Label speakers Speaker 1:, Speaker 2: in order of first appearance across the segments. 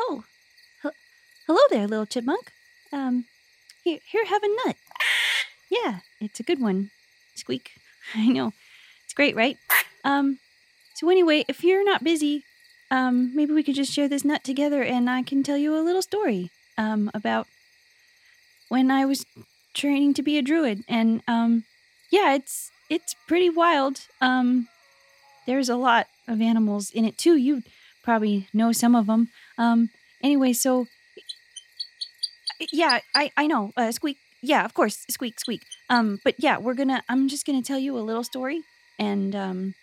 Speaker 1: Oh, Hello there, little chipmunk. Um, here, here, have a nut. Yeah, it's a good one. Squeak. I know. It's great, right? Um, so anyway, if you're not busy, um, maybe we could just share this nut together and I can tell you a little story, um, about when I was training to be a druid. And, um, yeah, it's, it's pretty wild. Um, there's a lot of animals in it too. You probably know some of them. Um, anyway, so yeah, I I know. Uh, squeak. Yeah, of course. Squeak, squeak. Um, but yeah, we're gonna. I'm just gonna tell you a little story, and um,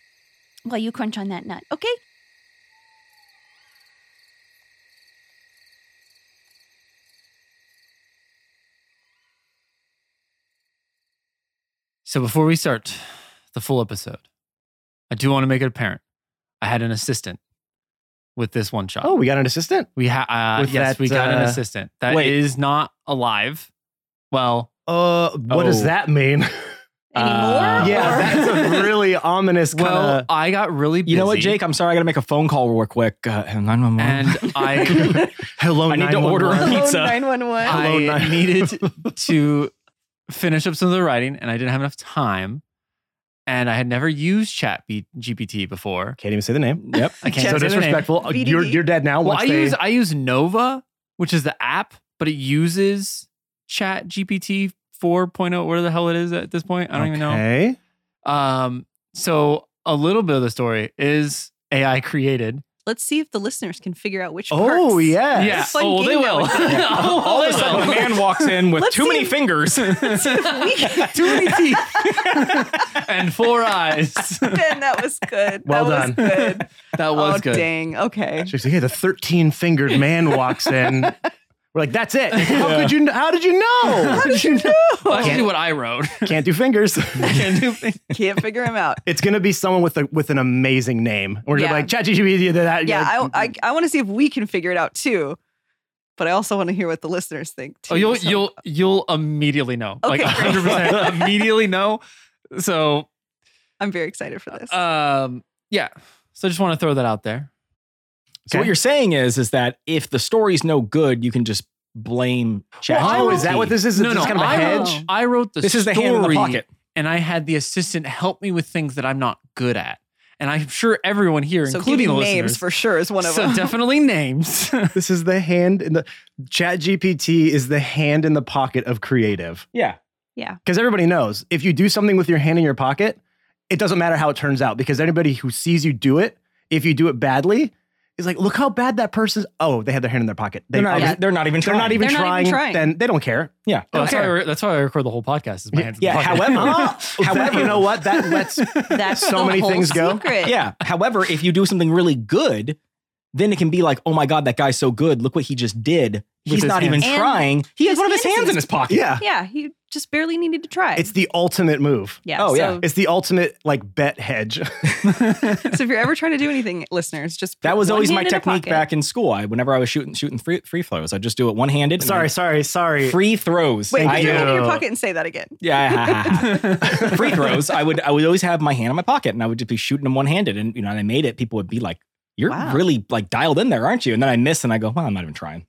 Speaker 1: while you crunch on that nut, okay?
Speaker 2: So before we start the full episode, I do want to make it apparent. I had an assistant with this one shot.
Speaker 3: Oh, we got an assistant.
Speaker 2: We ha- uh,
Speaker 3: With
Speaker 2: yes,
Speaker 3: that,
Speaker 2: we got an
Speaker 3: uh,
Speaker 2: assistant that is
Speaker 3: wait.
Speaker 2: not alive. Well,
Speaker 3: Uh, what does
Speaker 2: Oh.
Speaker 3: that mean?
Speaker 2: Uh,
Speaker 4: Anymore?
Speaker 3: yeah,
Speaker 4: Or-
Speaker 3: that's a really ominous kind
Speaker 2: well,
Speaker 3: of.
Speaker 2: I got really busy.
Speaker 4: You know what, Jake? I'm sorry. I got to make a phone call real quick. Uh, 911.
Speaker 2: And I
Speaker 3: Hello,
Speaker 4: I need to
Speaker 3: 911.
Speaker 4: order a pizza.
Speaker 2: I
Speaker 3: Hello, nine-
Speaker 2: needed to finish up some of the writing, and I didn't have enough time. And I had never used Chat B- GPT before.
Speaker 3: Can't even say the name.
Speaker 4: Yep.
Speaker 2: I can't say
Speaker 3: so
Speaker 2: the name.
Speaker 3: disrespectful. Uh, You're
Speaker 5: VDD.
Speaker 3: you're dead now.
Speaker 2: Well,
Speaker 3: Once
Speaker 2: I
Speaker 3: they-
Speaker 2: use I use Nova, which is the app, but it uses Chat GPT 4.0, where oh, the hell it is at this point. I don't even know.
Speaker 3: Okay.
Speaker 2: Um, so a little bit of the story is AI created.
Speaker 5: Let's see if the listeners can figure out which
Speaker 3: Oh
Speaker 5: parts.
Speaker 3: yeah.
Speaker 2: yeah.
Speaker 5: It's a fun
Speaker 2: oh, they
Speaker 5: game
Speaker 2: will.
Speaker 5: that we
Speaker 2: Oh,
Speaker 4: All
Speaker 2: they
Speaker 4: of a sudden, a
Speaker 2: will.
Speaker 4: man walks in with
Speaker 5: Let's
Speaker 4: too
Speaker 5: see
Speaker 4: many
Speaker 5: if-
Speaker 4: fingers.
Speaker 2: Too many teeth and four eyes.
Speaker 5: Ben, that was good.
Speaker 3: Well
Speaker 5: that
Speaker 3: done.
Speaker 5: Was good.
Speaker 2: That was
Speaker 5: oh,
Speaker 2: good.
Speaker 5: dang. Okay.
Speaker 3: She's like, hey, the thirteen-fingered man walks in. We're like, that's it. How
Speaker 4: Yeah.
Speaker 3: could you? kn- How did you know?
Speaker 2: Well, I can do what I wrote.
Speaker 3: Can't do fingers.
Speaker 2: I can do
Speaker 5: Can't figure him out.
Speaker 3: it's gonna be someone with a with an amazing name. We're gonna
Speaker 5: Yeah.
Speaker 3: be like ChatGPT did that.
Speaker 5: Yeah,
Speaker 3: You're like,
Speaker 5: I, I, I want to see if we can figure it out too. But I also want to hear what the listeners think too.
Speaker 2: Oh, you'll
Speaker 5: so-
Speaker 2: you'll you'll immediately know.
Speaker 5: Okay,
Speaker 2: like
Speaker 5: great.
Speaker 2: 100 percent immediately know. So
Speaker 5: I'm very excited for this.
Speaker 2: um yeah. So I just want to throw that out there.
Speaker 4: So what you're saying is, is that if the story's no good, you can just blame Chat.
Speaker 3: oh, is that what this is? Is
Speaker 2: no,
Speaker 3: this
Speaker 2: no,
Speaker 3: kind of a
Speaker 2: I
Speaker 3: hedge?
Speaker 2: wrote, I wrote the
Speaker 4: This is the
Speaker 2: story
Speaker 4: hand in the pocket.
Speaker 2: and I had the assistant help me with things that I'm not good at. And I'm sure everyone here,
Speaker 5: so
Speaker 2: including the
Speaker 5: giving names
Speaker 2: listeners,
Speaker 5: for sure is one of
Speaker 2: so
Speaker 5: them.
Speaker 2: definitely names.
Speaker 3: This is the hand in the chat GPT is the hand in the pocket of creative.
Speaker 4: Yeah.
Speaker 3: Because everybody knows if you do something with your hand in your pocket, it doesn't matter how it turns out because anybody who sees you do it, if you do it badly, is like, look how bad that person's. Oh, they had their hand in their pocket. They
Speaker 4: They're not,
Speaker 3: obviously-
Speaker 4: even, they're not even
Speaker 3: they're
Speaker 4: trying.
Speaker 3: not even,
Speaker 5: They're not
Speaker 3: trying,
Speaker 5: even trying.
Speaker 3: Then they don't care.
Speaker 4: Yeah.
Speaker 2: Oh, that's,
Speaker 3: Okay.
Speaker 2: why I, re- that's why I record the whole podcast. Is my hands in the
Speaker 4: Yeah.
Speaker 2: pocket.
Speaker 4: However,
Speaker 3: However, you know what? That lets
Speaker 5: That's
Speaker 3: so
Speaker 5: the
Speaker 3: many
Speaker 5: whole
Speaker 3: things go.
Speaker 5: secret.
Speaker 4: yeah. However, if you do something really good, then it can be like, oh my God, that guy's so good. Look what he just did.
Speaker 2: With
Speaker 4: He's
Speaker 2: his
Speaker 4: not even
Speaker 2: hands.
Speaker 5: And
Speaker 4: trying. He has
Speaker 5: his
Speaker 4: one of his
Speaker 5: hands
Speaker 4: hands in his pocket.
Speaker 3: Yeah.
Speaker 5: Yeah, he just barely needed to try.
Speaker 3: It's the ultimate move.
Speaker 5: yeah.
Speaker 4: oh,
Speaker 5: so,
Speaker 4: yeah.
Speaker 3: It's the ultimate like bet hedge.
Speaker 5: so if you're ever trying to do anything, listeners, just
Speaker 4: That
Speaker 5: put
Speaker 4: was
Speaker 5: one
Speaker 4: always my
Speaker 5: hand in a
Speaker 4: technique
Speaker 5: pocket.
Speaker 4: back in school. I whenever I was shooting shooting free, free throws, I just do it one handed.
Speaker 3: sorry, sorry, sorry.
Speaker 4: free throws.
Speaker 5: Wait,
Speaker 4: I
Speaker 5: put your hand in your
Speaker 3: you.
Speaker 5: pocket and say that again.
Speaker 4: Yeah, free throws. I would I would always have my hand in my pocket and I would just be shooting them one handed. And you know, and I made it. People would be like, "You're
Speaker 5: Wow.
Speaker 4: really like dialed in there, aren't you?" And then I miss, and I go, "Well, I'm not even trying."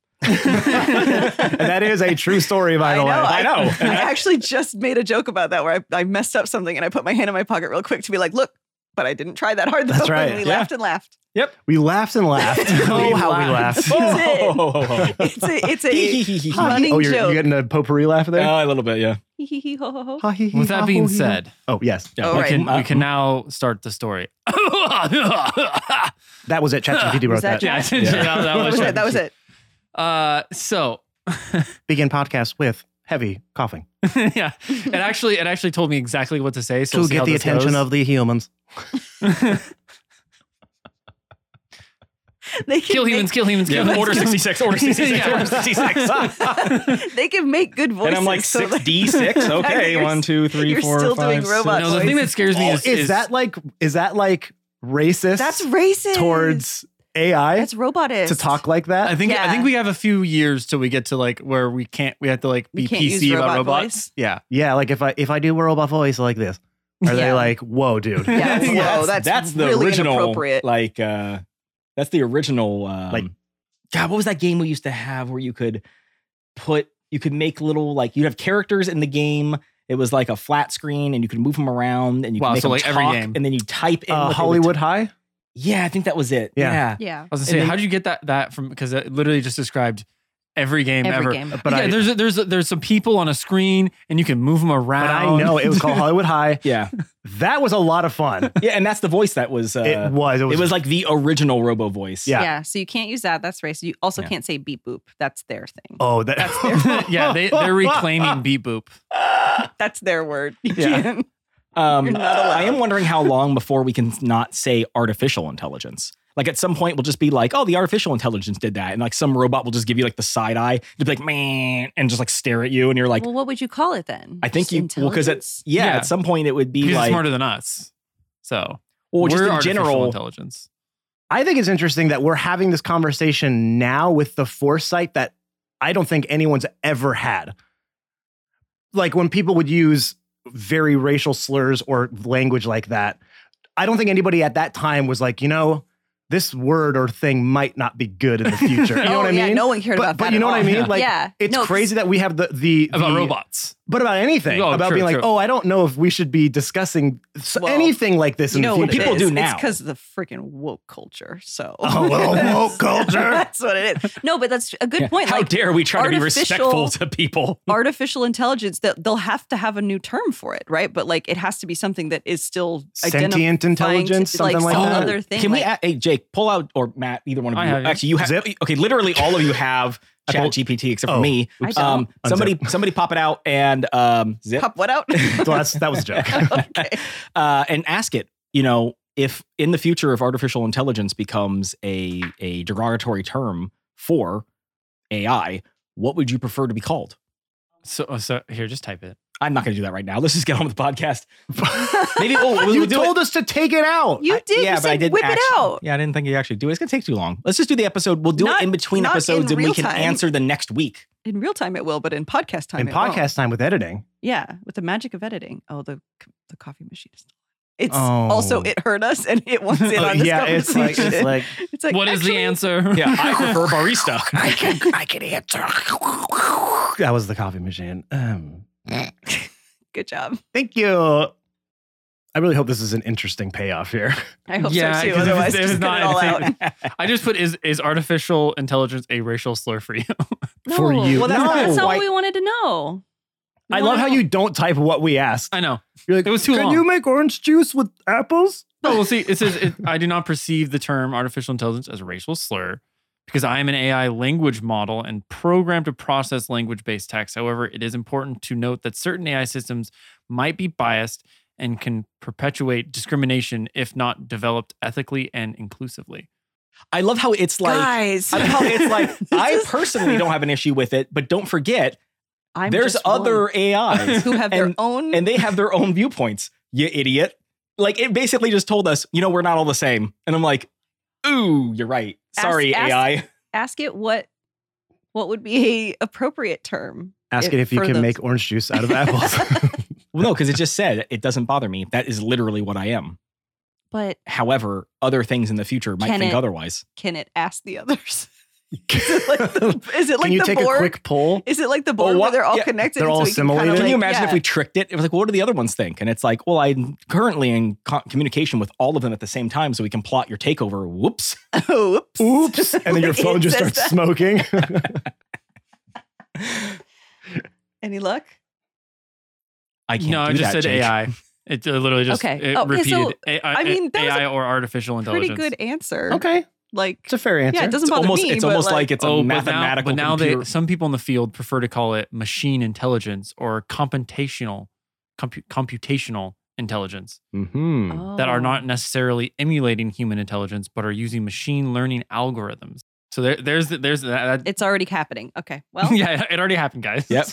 Speaker 3: and that is a true story, by
Speaker 5: I
Speaker 3: the
Speaker 5: know.
Speaker 3: way.
Speaker 5: I
Speaker 4: know.
Speaker 5: I actually just made a joke about that where I, I messed up something and I put my hand in my pocket real quick to be like, look, but I didn't try that hard though.
Speaker 3: That's right.
Speaker 5: And we
Speaker 4: Yeah.
Speaker 5: laughed and laughed.
Speaker 3: We laughed and laughed. oh, how we laughed.
Speaker 4: Oh,
Speaker 5: It's a it's a running
Speaker 3: oh, you're,
Speaker 5: joke.
Speaker 3: you getting a potpourri laugh there?
Speaker 4: Uh, a little bit, yeah.
Speaker 5: hee hee hee ho ho ho.
Speaker 3: Ha, hee, hee,
Speaker 2: With that
Speaker 3: ha,
Speaker 2: being
Speaker 3: ho, hee, ho.
Speaker 2: said,
Speaker 3: Oh, yes.
Speaker 4: yeah.
Speaker 5: Oh,
Speaker 2: we
Speaker 5: right.
Speaker 2: can we can now start the story. yeah,
Speaker 3: That was it. ChatGPT wrote
Speaker 5: Was
Speaker 3: that.
Speaker 5: that
Speaker 2: I did-
Speaker 4: Yeah.
Speaker 2: that- that
Speaker 5: That was it. That was it.
Speaker 2: Uh, so
Speaker 3: Begin podcast with heavy coughing
Speaker 2: yeah, it actually it actually told me exactly what to say. So we'll
Speaker 3: to
Speaker 2: see how
Speaker 3: get the
Speaker 2: this
Speaker 3: attention
Speaker 2: goes.
Speaker 3: of the humans.
Speaker 5: They can
Speaker 2: kill
Speaker 5: make,
Speaker 2: humans, kill humans, kill humans.
Speaker 4: Order sixty six. Order sixty six.
Speaker 2: Yeah.
Speaker 4: Order sixty six.
Speaker 5: They can make good voices.
Speaker 4: And I'm like
Speaker 5: so
Speaker 4: six
Speaker 5: that-
Speaker 4: D six. Okay,
Speaker 5: You're-
Speaker 4: one, two, three,
Speaker 5: you're
Speaker 4: four,
Speaker 5: still doing
Speaker 4: five,
Speaker 5: robot
Speaker 4: six.
Speaker 2: No, the thing that scares me
Speaker 3: Oh,
Speaker 2: is,
Speaker 3: is, that like is that like racist
Speaker 5: That's racist.
Speaker 3: towards AI
Speaker 5: that's robotist
Speaker 3: to talk
Speaker 2: I
Speaker 3: like that?
Speaker 2: think I
Speaker 5: Yeah.
Speaker 2: think we have a few years till we get to like where we can't we have to like
Speaker 5: We
Speaker 2: be
Speaker 5: can't use
Speaker 2: PC about
Speaker 5: robot
Speaker 2: robots.
Speaker 5: voice.
Speaker 2: Yeah,
Speaker 3: Yeah, like if I if I do a robot voice like this, are they
Speaker 5: Yeah.
Speaker 3: like, whoa, dude?
Speaker 5: Yeah, whoa,
Speaker 4: Yes,
Speaker 5: that's, really
Speaker 4: the original,
Speaker 5: inappropriate.
Speaker 4: Like, uh, that's the original um,
Speaker 3: Like,
Speaker 4: God, what was that game we used to have where you could put, you could make little like you'd have characters in the game. It was like a flat screen, and you could move them around, and you could
Speaker 2: Wow,
Speaker 4: make
Speaker 2: so,
Speaker 4: them
Speaker 2: like, every
Speaker 4: talk,
Speaker 2: game.
Speaker 4: and then you type in what they
Speaker 3: Uh,
Speaker 4: would
Speaker 3: Hollywood High.
Speaker 4: yeah, I think that was it.
Speaker 3: Yeah.
Speaker 4: Yeah.
Speaker 6: Yeah.
Speaker 2: was gonna
Speaker 4: And
Speaker 2: say,
Speaker 4: then-
Speaker 2: how did you get that that from? Because it literally just described every game
Speaker 6: Every
Speaker 2: ever.
Speaker 6: game.
Speaker 3: But
Speaker 2: yeah,
Speaker 3: I,
Speaker 2: there's there's there's some people on a screen, and you can move them
Speaker 3: but
Speaker 2: around.
Speaker 3: I know it was called Hollywood High.
Speaker 4: Yeah.
Speaker 3: That was a lot of fun.
Speaker 4: Yeah. And that's the voice that was, uh,
Speaker 3: it was. It was.
Speaker 4: it was like the original Robo voice.
Speaker 6: Yeah.
Speaker 3: Yeah.
Speaker 6: So you can't use that. That's racist. You also
Speaker 4: Yeah.
Speaker 6: can't say beep boop. That's their thing.
Speaker 3: oh, that.
Speaker 2: yeah, they, they're reclaiming Beep Boop.
Speaker 5: That's their word.
Speaker 4: Yeah.
Speaker 5: Jen.
Speaker 4: Um,
Speaker 5: You're not allowed.
Speaker 4: I am wondering how long before we can not say artificial intelligence. Like at some point, we'll just be like, "Oh, the artificial intelligence did that," and like some robot will just give you like the side eye, just be like, "Man," and just like stare at you, and you're like,
Speaker 6: well, what would you call it then?
Speaker 4: "I think
Speaker 6: Just
Speaker 4: you," well, because
Speaker 6: intelligence?
Speaker 4: it's yeah,
Speaker 2: Yeah.
Speaker 4: At some point, it would be
Speaker 2: Because it's
Speaker 4: like,
Speaker 2: smarter than us. So
Speaker 4: or just
Speaker 2: we're
Speaker 4: in
Speaker 2: artificial
Speaker 4: general,
Speaker 2: intelligence.
Speaker 3: I think it's interesting that we're having this conversation now with the foresight that I don't think anyone's ever had. Like when people would use very racial slurs or language like that, I don't think anybody at that time was like, you know, this word or thing might not be good in the future. You know
Speaker 6: oh,
Speaker 3: what I
Speaker 6: yeah,
Speaker 3: mean?
Speaker 6: no one cared
Speaker 3: But-
Speaker 6: about
Speaker 3: but
Speaker 6: that.
Speaker 3: you
Speaker 6: at
Speaker 3: know what I
Speaker 6: all.
Speaker 3: mean? Like,
Speaker 6: yeah.
Speaker 3: It's
Speaker 6: No, 'cause-
Speaker 3: crazy that we have the the
Speaker 2: About
Speaker 3: the-
Speaker 2: robots.
Speaker 3: but about anything
Speaker 2: Oh,
Speaker 3: about
Speaker 2: true,
Speaker 3: being like,
Speaker 2: true.
Speaker 3: oh, I don't know if we should be discussing s-
Speaker 5: Well,
Speaker 3: anything like this
Speaker 5: You
Speaker 3: in
Speaker 5: know
Speaker 3: the
Speaker 5: what
Speaker 3: future.
Speaker 4: people
Speaker 5: it
Speaker 4: do
Speaker 5: is. It's
Speaker 4: now.
Speaker 5: because of the freaking woke culture. So
Speaker 3: Oh, well, woke culture.
Speaker 5: That's what it is.
Speaker 6: No, but that's a good
Speaker 4: Yeah.
Speaker 6: point.
Speaker 4: how
Speaker 6: Like
Speaker 4: dare we try to be respectful
Speaker 6: artificial-
Speaker 4: to people?
Speaker 5: Artificial intelligence that they'll have to have a new term for it, right? But like it has to be something that is still identifying
Speaker 3: sentient intelligence,
Speaker 5: to,
Speaker 3: something like
Speaker 5: some
Speaker 3: that.
Speaker 5: other thing.
Speaker 4: Can we?
Speaker 5: like-
Speaker 4: add- hey, Jake, pull out or Matt, either one of
Speaker 2: I
Speaker 4: you.
Speaker 2: have it.
Speaker 4: Actually, you have
Speaker 3: Zip.
Speaker 4: okay. Literally, all of you have
Speaker 3: I
Speaker 4: Chat
Speaker 3: pulled-
Speaker 4: GPT except for
Speaker 3: Oh.
Speaker 4: me.
Speaker 5: I don't.
Speaker 4: Um, somebody, somebody, pop it out and um, zip.
Speaker 5: pop what out?
Speaker 3: So that's, that was a joke.
Speaker 5: okay.
Speaker 4: uh, and ask it, you know, if in the future, if artificial intelligence becomes a a derogatory term for AI, what would you prefer to be called?
Speaker 2: So, oh, so here, just type it.
Speaker 4: I'm not going to do that right now. Let's just get on with the podcast. Maybe oh, we'll,
Speaker 3: you
Speaker 4: we'll do
Speaker 3: told
Speaker 4: it.
Speaker 3: us to take it out.
Speaker 6: you did.
Speaker 4: yeah,
Speaker 6: you
Speaker 4: but
Speaker 6: said,
Speaker 4: I didn't
Speaker 6: whip
Speaker 4: actually-
Speaker 6: it out.
Speaker 4: Yeah, I didn't think you actually do. it. It's going to take too long. Let's just do the episode. We'll do
Speaker 5: Not-
Speaker 4: it in between
Speaker 5: not in
Speaker 4: episodes, and we
Speaker 5: real
Speaker 4: can
Speaker 5: time.
Speaker 4: answer the next week.
Speaker 5: In real time, it will, but in podcast time,
Speaker 3: In
Speaker 5: it won't.
Speaker 3: podcast time with editing.
Speaker 5: yeah, with the magic of editing. Oh, the the coffee machine is. It's
Speaker 3: Oh.
Speaker 5: also it hurt us, and it wants in
Speaker 3: Oh,
Speaker 5: on this
Speaker 3: yeah, it's like,
Speaker 5: conversation.
Speaker 3: it's like
Speaker 5: It's like,
Speaker 2: what is the
Speaker 5: actually,
Speaker 2: answer?
Speaker 4: Yeah, I prefer barista.
Speaker 3: I can answer. that was the coffee machine. Um,
Speaker 5: Good job.
Speaker 3: thank you. I really hope this is an interesting payoff here.
Speaker 5: I hope
Speaker 2: Yeah,
Speaker 5: so too.
Speaker 2: 'cause if
Speaker 5: Otherwise,
Speaker 2: it's-
Speaker 5: just
Speaker 2: if
Speaker 5: get
Speaker 2: it's
Speaker 5: it all
Speaker 2: not, I
Speaker 5: out.
Speaker 2: think- I just put is is artificial intelligence a racial slur for you?
Speaker 3: For you.
Speaker 6: Well, that's,
Speaker 3: No.
Speaker 6: that's all
Speaker 4: Why-
Speaker 6: we wanted to know.
Speaker 3: I love how you don't type what we asked.
Speaker 2: I know.
Speaker 3: You're like,
Speaker 2: It was too
Speaker 3: Can
Speaker 2: long."
Speaker 3: you make orange juice with apples?
Speaker 2: No, we'll see. It says, it, I do not perceive the term artificial intelligence as a racial slur because I am an AI language model and programmed to process language based text. However, it is important to note that certain AI systems might be biased and can perpetuate discrimination if not developed ethically and inclusively.
Speaker 4: I love how it's like.
Speaker 5: Guys,
Speaker 4: I love how it's like. I
Speaker 5: This is-
Speaker 4: personally don't have an issue with it, but don't forget
Speaker 5: I'm
Speaker 4: there's
Speaker 5: just one
Speaker 4: other AIs
Speaker 5: who have their
Speaker 4: and-
Speaker 5: own.
Speaker 4: and they have their own viewpoints. You idiot. Like it basically just told us, you know, we're not all the same. And I'm like, ooh, you're right.
Speaker 6: Ask-
Speaker 4: Sorry,
Speaker 6: ask-
Speaker 4: AI.
Speaker 6: Ask it what.
Speaker 5: what would be a appropriate term?
Speaker 3: Ask it, if you
Speaker 5: for
Speaker 3: can
Speaker 5: those-
Speaker 3: make orange juice out of apples.
Speaker 4: Well, no, because it just said it doesn't bother me. That is literally what I am.
Speaker 6: But
Speaker 4: However, other things in the future might
Speaker 6: Can
Speaker 4: think
Speaker 6: it-
Speaker 4: otherwise.
Speaker 5: Can it ask the others? Is it like the, is it like
Speaker 3: can you
Speaker 5: the
Speaker 3: take
Speaker 5: board?
Speaker 3: a quick poll?
Speaker 5: Is it like the board
Speaker 4: what-
Speaker 5: where they're all
Speaker 4: yeah,
Speaker 5: connected?
Speaker 3: they're
Speaker 5: and
Speaker 3: all
Speaker 5: so we can kinda,
Speaker 3: assimilated?
Speaker 4: Can you
Speaker 5: like-
Speaker 4: imagine
Speaker 5: yeah.
Speaker 4: if we tricked it? It was like, what do the other ones think? And it's like, well, I'm currently in co- communication with all of them at the same time, so we can plot your takeover. Whoops.
Speaker 5: Oops.
Speaker 3: Oops. And then your phone
Speaker 5: It
Speaker 3: just
Speaker 5: says
Speaker 3: starts
Speaker 5: that.
Speaker 3: smoking.
Speaker 5: Any luck?
Speaker 4: I can't.
Speaker 2: no,
Speaker 4: do
Speaker 2: I just said
Speaker 4: that, Jake.
Speaker 2: AI. It uh, literally just
Speaker 6: Okay.
Speaker 2: it
Speaker 5: Oh, okay,
Speaker 2: repeated
Speaker 5: so,
Speaker 2: AI,
Speaker 5: I mean, that was a
Speaker 2: AI or artificial
Speaker 5: Pretty
Speaker 2: intelligence.
Speaker 5: good answer.
Speaker 3: okay.
Speaker 5: Like,
Speaker 3: It's a fair answer.
Speaker 5: yeah, it doesn't
Speaker 4: It's
Speaker 5: bother
Speaker 4: almost,
Speaker 5: me.
Speaker 4: it's
Speaker 5: but,
Speaker 4: almost like,
Speaker 5: like,
Speaker 4: it's a
Speaker 2: oh, but now,
Speaker 4: mathematical
Speaker 2: but now they,
Speaker 4: computer.
Speaker 2: some people in the field prefer to call it machine intelligence or computational compu- computational intelligence
Speaker 4: Mhm.
Speaker 3: Mm-hmm.
Speaker 2: that
Speaker 6: Oh.
Speaker 2: are not necessarily emulating human intelligence but are using machine learning algorithms. So there, there's the, there's
Speaker 5: oh.
Speaker 2: that. that
Speaker 6: It's already happening. Okay. Well,
Speaker 2: yeah, it already happened, guys.
Speaker 4: Yep.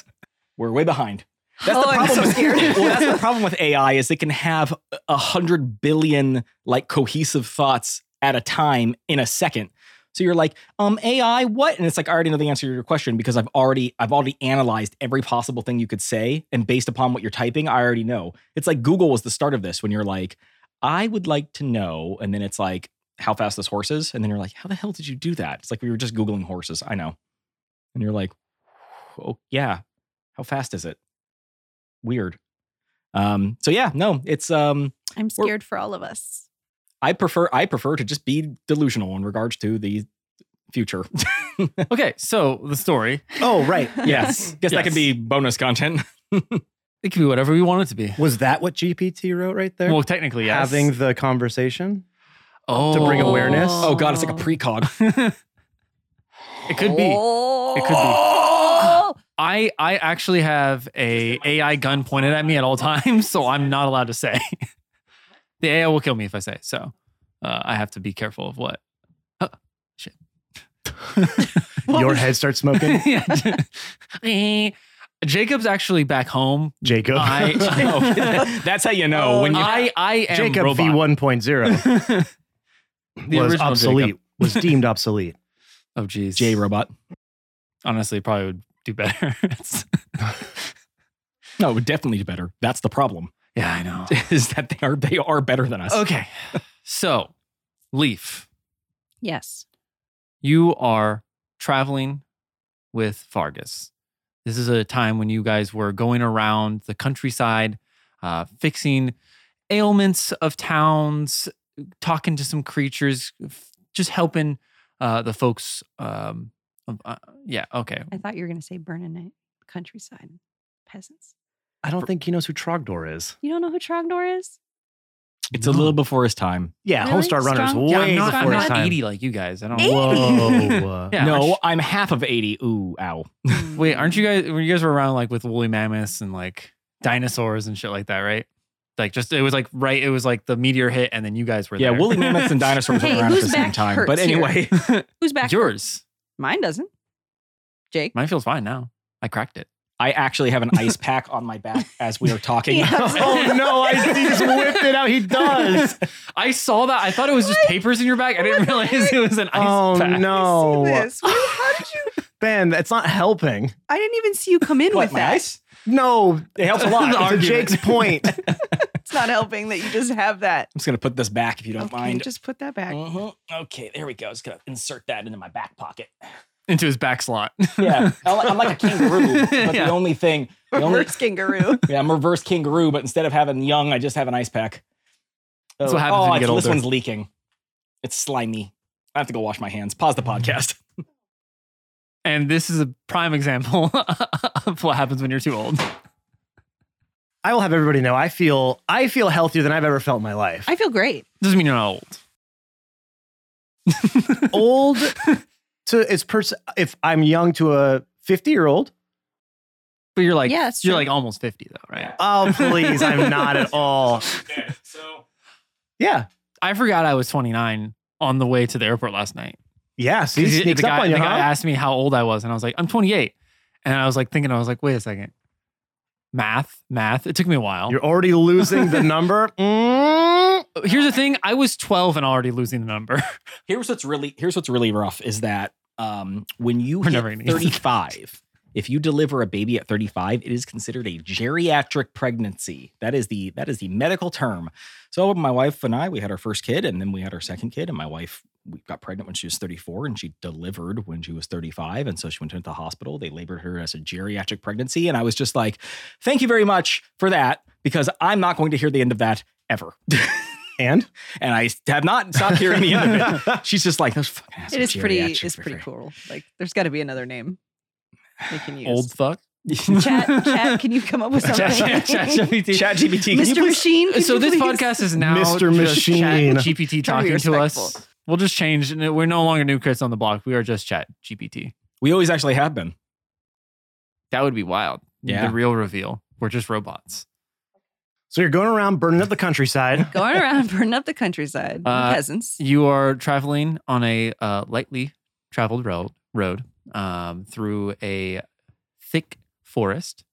Speaker 4: We're way behind. That's
Speaker 5: Oh,
Speaker 4: the
Speaker 5: I'm
Speaker 4: problem.
Speaker 5: so
Speaker 4: with-
Speaker 5: scared.
Speaker 4: well, that's the problem with AI is it can have a hundred billion like cohesive thoughts at a time in a second. So you're like, um, AI, what? And it's like, I already know the answer to your question because I've already, I've already analyzed every possible thing you could say, and based upon what you're typing, I already know. It's like Google was the start of this when you're like, I would like to know, and then it's like, how fast this horse is. And then you're like, how the hell did you do that? It's like we were just Googling horses. I know. And you're like, oh, yeah. How fast is it? Weird. Um, so yeah, no, it's um
Speaker 6: I'm
Speaker 4: We're-
Speaker 6: scared for all of us.
Speaker 4: I prefer I prefer to just be delusional in regards to the future.
Speaker 2: Okay, so the story.
Speaker 3: Oh, right.
Speaker 4: yes. Guess that
Speaker 2: Yes.
Speaker 4: could be bonus content.
Speaker 2: It could be whatever we want it to be.
Speaker 3: Was that what GPT wrote right there?
Speaker 2: Well, technically, yes.
Speaker 3: Having the conversation?
Speaker 2: oh.
Speaker 3: to bring awareness?
Speaker 4: Oh god, it's like a precog.
Speaker 2: it could be. It could be.
Speaker 6: Oh,
Speaker 2: I I actually have a AI gun pointed at me at all times, so I'm not allowed to say. the AI will kill me if I say. So uh, I have to be careful of what. Oh, shit.
Speaker 3: Oh. Your head starts smoking?
Speaker 2: Yeah. Jacob's actually back home.
Speaker 3: Jacob.
Speaker 2: I-
Speaker 4: Oh, that's how you know when you
Speaker 2: I I am
Speaker 3: Jacob
Speaker 2: robot.
Speaker 3: V1.0
Speaker 2: the
Speaker 3: was
Speaker 2: original
Speaker 3: obsolete,
Speaker 2: Jacob.
Speaker 3: was deemed obsolete.
Speaker 2: Oh geez,
Speaker 4: J robot.
Speaker 2: Honestly, probably would do better. It's-
Speaker 4: No, definitely better. That's the problem.
Speaker 2: yeah, I know.
Speaker 4: Is that they are they are better than us.
Speaker 2: Okay, so Leaf,
Speaker 6: yes.
Speaker 2: you are traveling with Fargus. This is a time when you guys were going around the countryside, uh, fixing ailments of towns, talking to some creatures, f- just helping uh, the folks. Um, um, uh, yeah, okay.
Speaker 6: I thought you were going to say burn a night countryside peasants.
Speaker 3: I don't think he knows who Trogdor is.
Speaker 6: You don't know who Trognor is?
Speaker 4: It's a little before his time.
Speaker 3: Yeah,
Speaker 6: Really?
Speaker 3: Homestar Runner's
Speaker 6: Strong-
Speaker 3: way
Speaker 2: yeah, I'm not, I'm
Speaker 3: before his
Speaker 2: not
Speaker 3: time.
Speaker 2: 80 like you guys. I don't
Speaker 3: Whoa.
Speaker 2: Yeah,
Speaker 4: no,
Speaker 2: aren't you-
Speaker 4: I'm half of 80. Ooh, ow.
Speaker 6: Hmm.
Speaker 2: Wait, aren't you guys? When you guys were around, like with woolly mammoths and like dinosaurs and shit like that, right? Like, just it was like right. It was like the meteor hit, and then you guys were
Speaker 4: Yeah,
Speaker 2: there.
Speaker 4: woolly mammoths and dinosaurs
Speaker 6: Hey,
Speaker 4: were around at the
Speaker 6: whose
Speaker 4: same
Speaker 6: back
Speaker 4: time. But
Speaker 6: hurts here?
Speaker 4: anyway,
Speaker 6: Who's back?
Speaker 2: Yours,
Speaker 6: Mine doesn't. Jake.
Speaker 2: mine feels fine now. I cracked it.
Speaker 4: I actually have an ice pack on my back as we are talking.
Speaker 3: oh no, I he just whipped it out. He does.
Speaker 2: I saw that. I thought it was just papers in your bag. I didn't realize it was an ice
Speaker 3: oh
Speaker 2: pack.
Speaker 5: I see
Speaker 3: no.
Speaker 5: this. Wait, how did you?
Speaker 3: Ben, that's not helping.
Speaker 5: I didn't even see you come in
Speaker 4: What,
Speaker 5: with
Speaker 4: my
Speaker 5: that.
Speaker 4: ice?
Speaker 3: No,
Speaker 4: It helps a lot.
Speaker 2: The
Speaker 4: I'm
Speaker 3: to
Speaker 2: argument.
Speaker 3: Jake's point.
Speaker 5: It's not helping that you just have that.
Speaker 4: just going to put this back if you don't
Speaker 5: okay,
Speaker 4: mind.
Speaker 5: just put that back.
Speaker 4: Mhm. Okay, there we go. Just going to insert that into my back pocket.
Speaker 2: Into his back slot.
Speaker 4: Yeah, I'm I'm like a kangaroo, but
Speaker 2: Yeah.
Speaker 4: the only thing, the only,
Speaker 5: Reverse kangaroo.
Speaker 4: yeah, I'm reverse kangaroo, but instead of having young, I just have an ice pack.
Speaker 2: That's what happens
Speaker 4: oh,
Speaker 2: when you get
Speaker 4: it's- This
Speaker 2: older.
Speaker 4: one's leaking. It's slimy. I have to go wash my hands. Pause the podcast.
Speaker 2: and this is a prime example of what happens when you're too old.
Speaker 3: I will have everybody know I feel I feel healthier than I've ever felt in my life.
Speaker 6: I feel great.
Speaker 2: Doesn't mean you're not old.
Speaker 3: old to it's pers- if I'm young to a 50 year old.
Speaker 2: But you're like,
Speaker 6: Yeah, it's
Speaker 2: you're
Speaker 6: true.
Speaker 2: like almost 50 though, right?
Speaker 3: Oh please, I'm not at all.
Speaker 4: so
Speaker 3: Yeah.
Speaker 2: I forgot I was 29 on the way to the airport last night.
Speaker 3: Yeah. See,
Speaker 2: Because
Speaker 3: he sneaks
Speaker 2: the guy,
Speaker 3: up on you.
Speaker 2: the
Speaker 3: Huh?
Speaker 2: guy asked me how old I was, and I was like, I'm 28. And I was like thinking, I was like, wait a second. Math, math. It took me a while.
Speaker 3: You're already losing the number. Mm.
Speaker 2: Here's the thing: I was 12 and already losing the number.
Speaker 4: here's what's really here's what's really rough is that um, when you
Speaker 2: We're
Speaker 4: hit
Speaker 2: never gonna use
Speaker 4: 35, if you deliver a baby at 35, it is considered a geriatric pregnancy. That is the that is the medical term. So my wife and I, we had our first kid, and then we had our second kid, and my wife we got pregnant when she was 34 and she delivered when she was 35 and so she went into the hospital they labored her as a geriatric pregnancy and i was just like thank you very much for that because i'm not going to hear the end of that ever
Speaker 3: And
Speaker 4: and I have not stopped hearing the end of it. She's just like those fucking.
Speaker 6: It is pretty. It's pretty cool. Like, there's got to be another name they can use.
Speaker 2: Old fuck.
Speaker 6: Chat, chat. Can you come up with something?
Speaker 2: Chat- chat- chat GPT.
Speaker 4: Chat GPT.
Speaker 6: Mr. Machine. could
Speaker 2: So
Speaker 6: you
Speaker 2: this
Speaker 6: please-
Speaker 2: podcast is now
Speaker 3: Mr.
Speaker 2: just
Speaker 3: Machine.
Speaker 2: Chat GPT
Speaker 6: Try to be
Speaker 2: talking to us.
Speaker 6: respectful.
Speaker 2: We'll just change. We're no longer new kids on the block. We are just Chat GPT.
Speaker 4: we always actually have been.
Speaker 2: That would be wild.
Speaker 4: Yeah.
Speaker 2: The real reveal. We're just robots.
Speaker 3: so you're going around burning up the countryside.
Speaker 6: Going around burning up the countryside.
Speaker 2: Uh,
Speaker 6: peasants.
Speaker 2: You are traveling on a uh, lightly traveled road, road um, through a thick forest.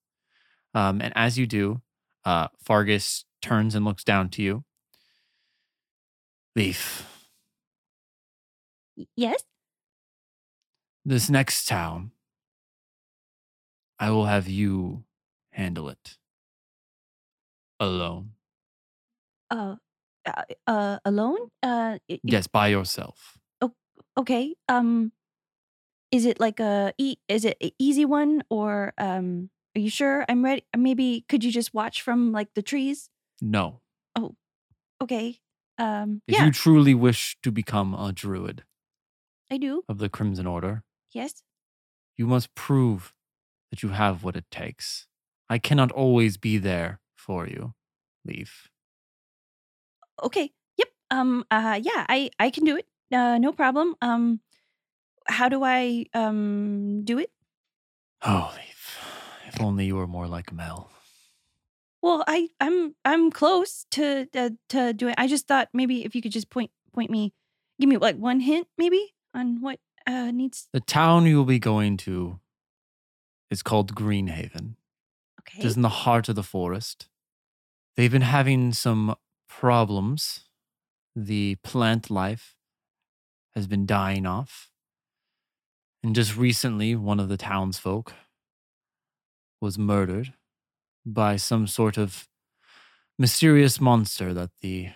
Speaker 2: Um, and as you do, uh, Fargus turns and looks down to you. Leaf,
Speaker 1: Yes?
Speaker 2: this next town, I will have you handle it alone.
Speaker 1: Oh, uh, uh, alone? Uh, i- i-
Speaker 2: Yes, by yourself.
Speaker 1: Okay. Um, is it like a e- is it an easy one or um? Are you sure? I'm ready. uh, Maybe could you just watch from like the trees?
Speaker 2: No.
Speaker 1: Okay. Um.
Speaker 2: If
Speaker 1: yeah,
Speaker 2: you truly wish to become a druid
Speaker 1: I do.
Speaker 2: of the Crimson Order,
Speaker 1: Yes.
Speaker 2: you must prove that you have what it takes. I cannot always be there for you, Leaf.
Speaker 1: Okay. Yep. Um. Uh. Yeah. I I can do it. Uh. No problem. Um. How do I um do it?
Speaker 2: Oh, Leaf. If only you were more like Mel.
Speaker 1: Well, I I'm I'm close to uh, to doing. I just thought maybe if you could just point point me, give me like one hint maybe on what uh needs.
Speaker 2: The town you will be going to is called Greenhaven.
Speaker 1: Okay.
Speaker 2: It is in the heart of the forest. They've been having some problems. The plant life has been dying off. And just recently, one of the townsfolk was murdered by some sort of mysterious monster that the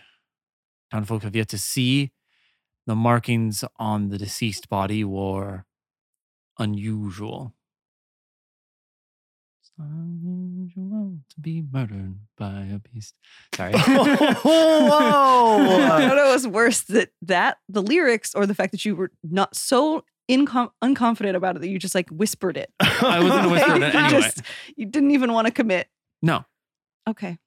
Speaker 2: townfolk have yet to see. The markings on the deceased body were unusual. It's unusual to be murdered by a beast. Sorry.
Speaker 5: I don't
Speaker 3: Whoa.
Speaker 5: know what's worse that that the lyrics or the fact that you were not so incom- unconfident about it that you just like whispered it.
Speaker 2: I was gonna whisper
Speaker 5: You
Speaker 2: it anyway.
Speaker 5: just you didn't even want to commit.
Speaker 2: No,
Speaker 5: Okay,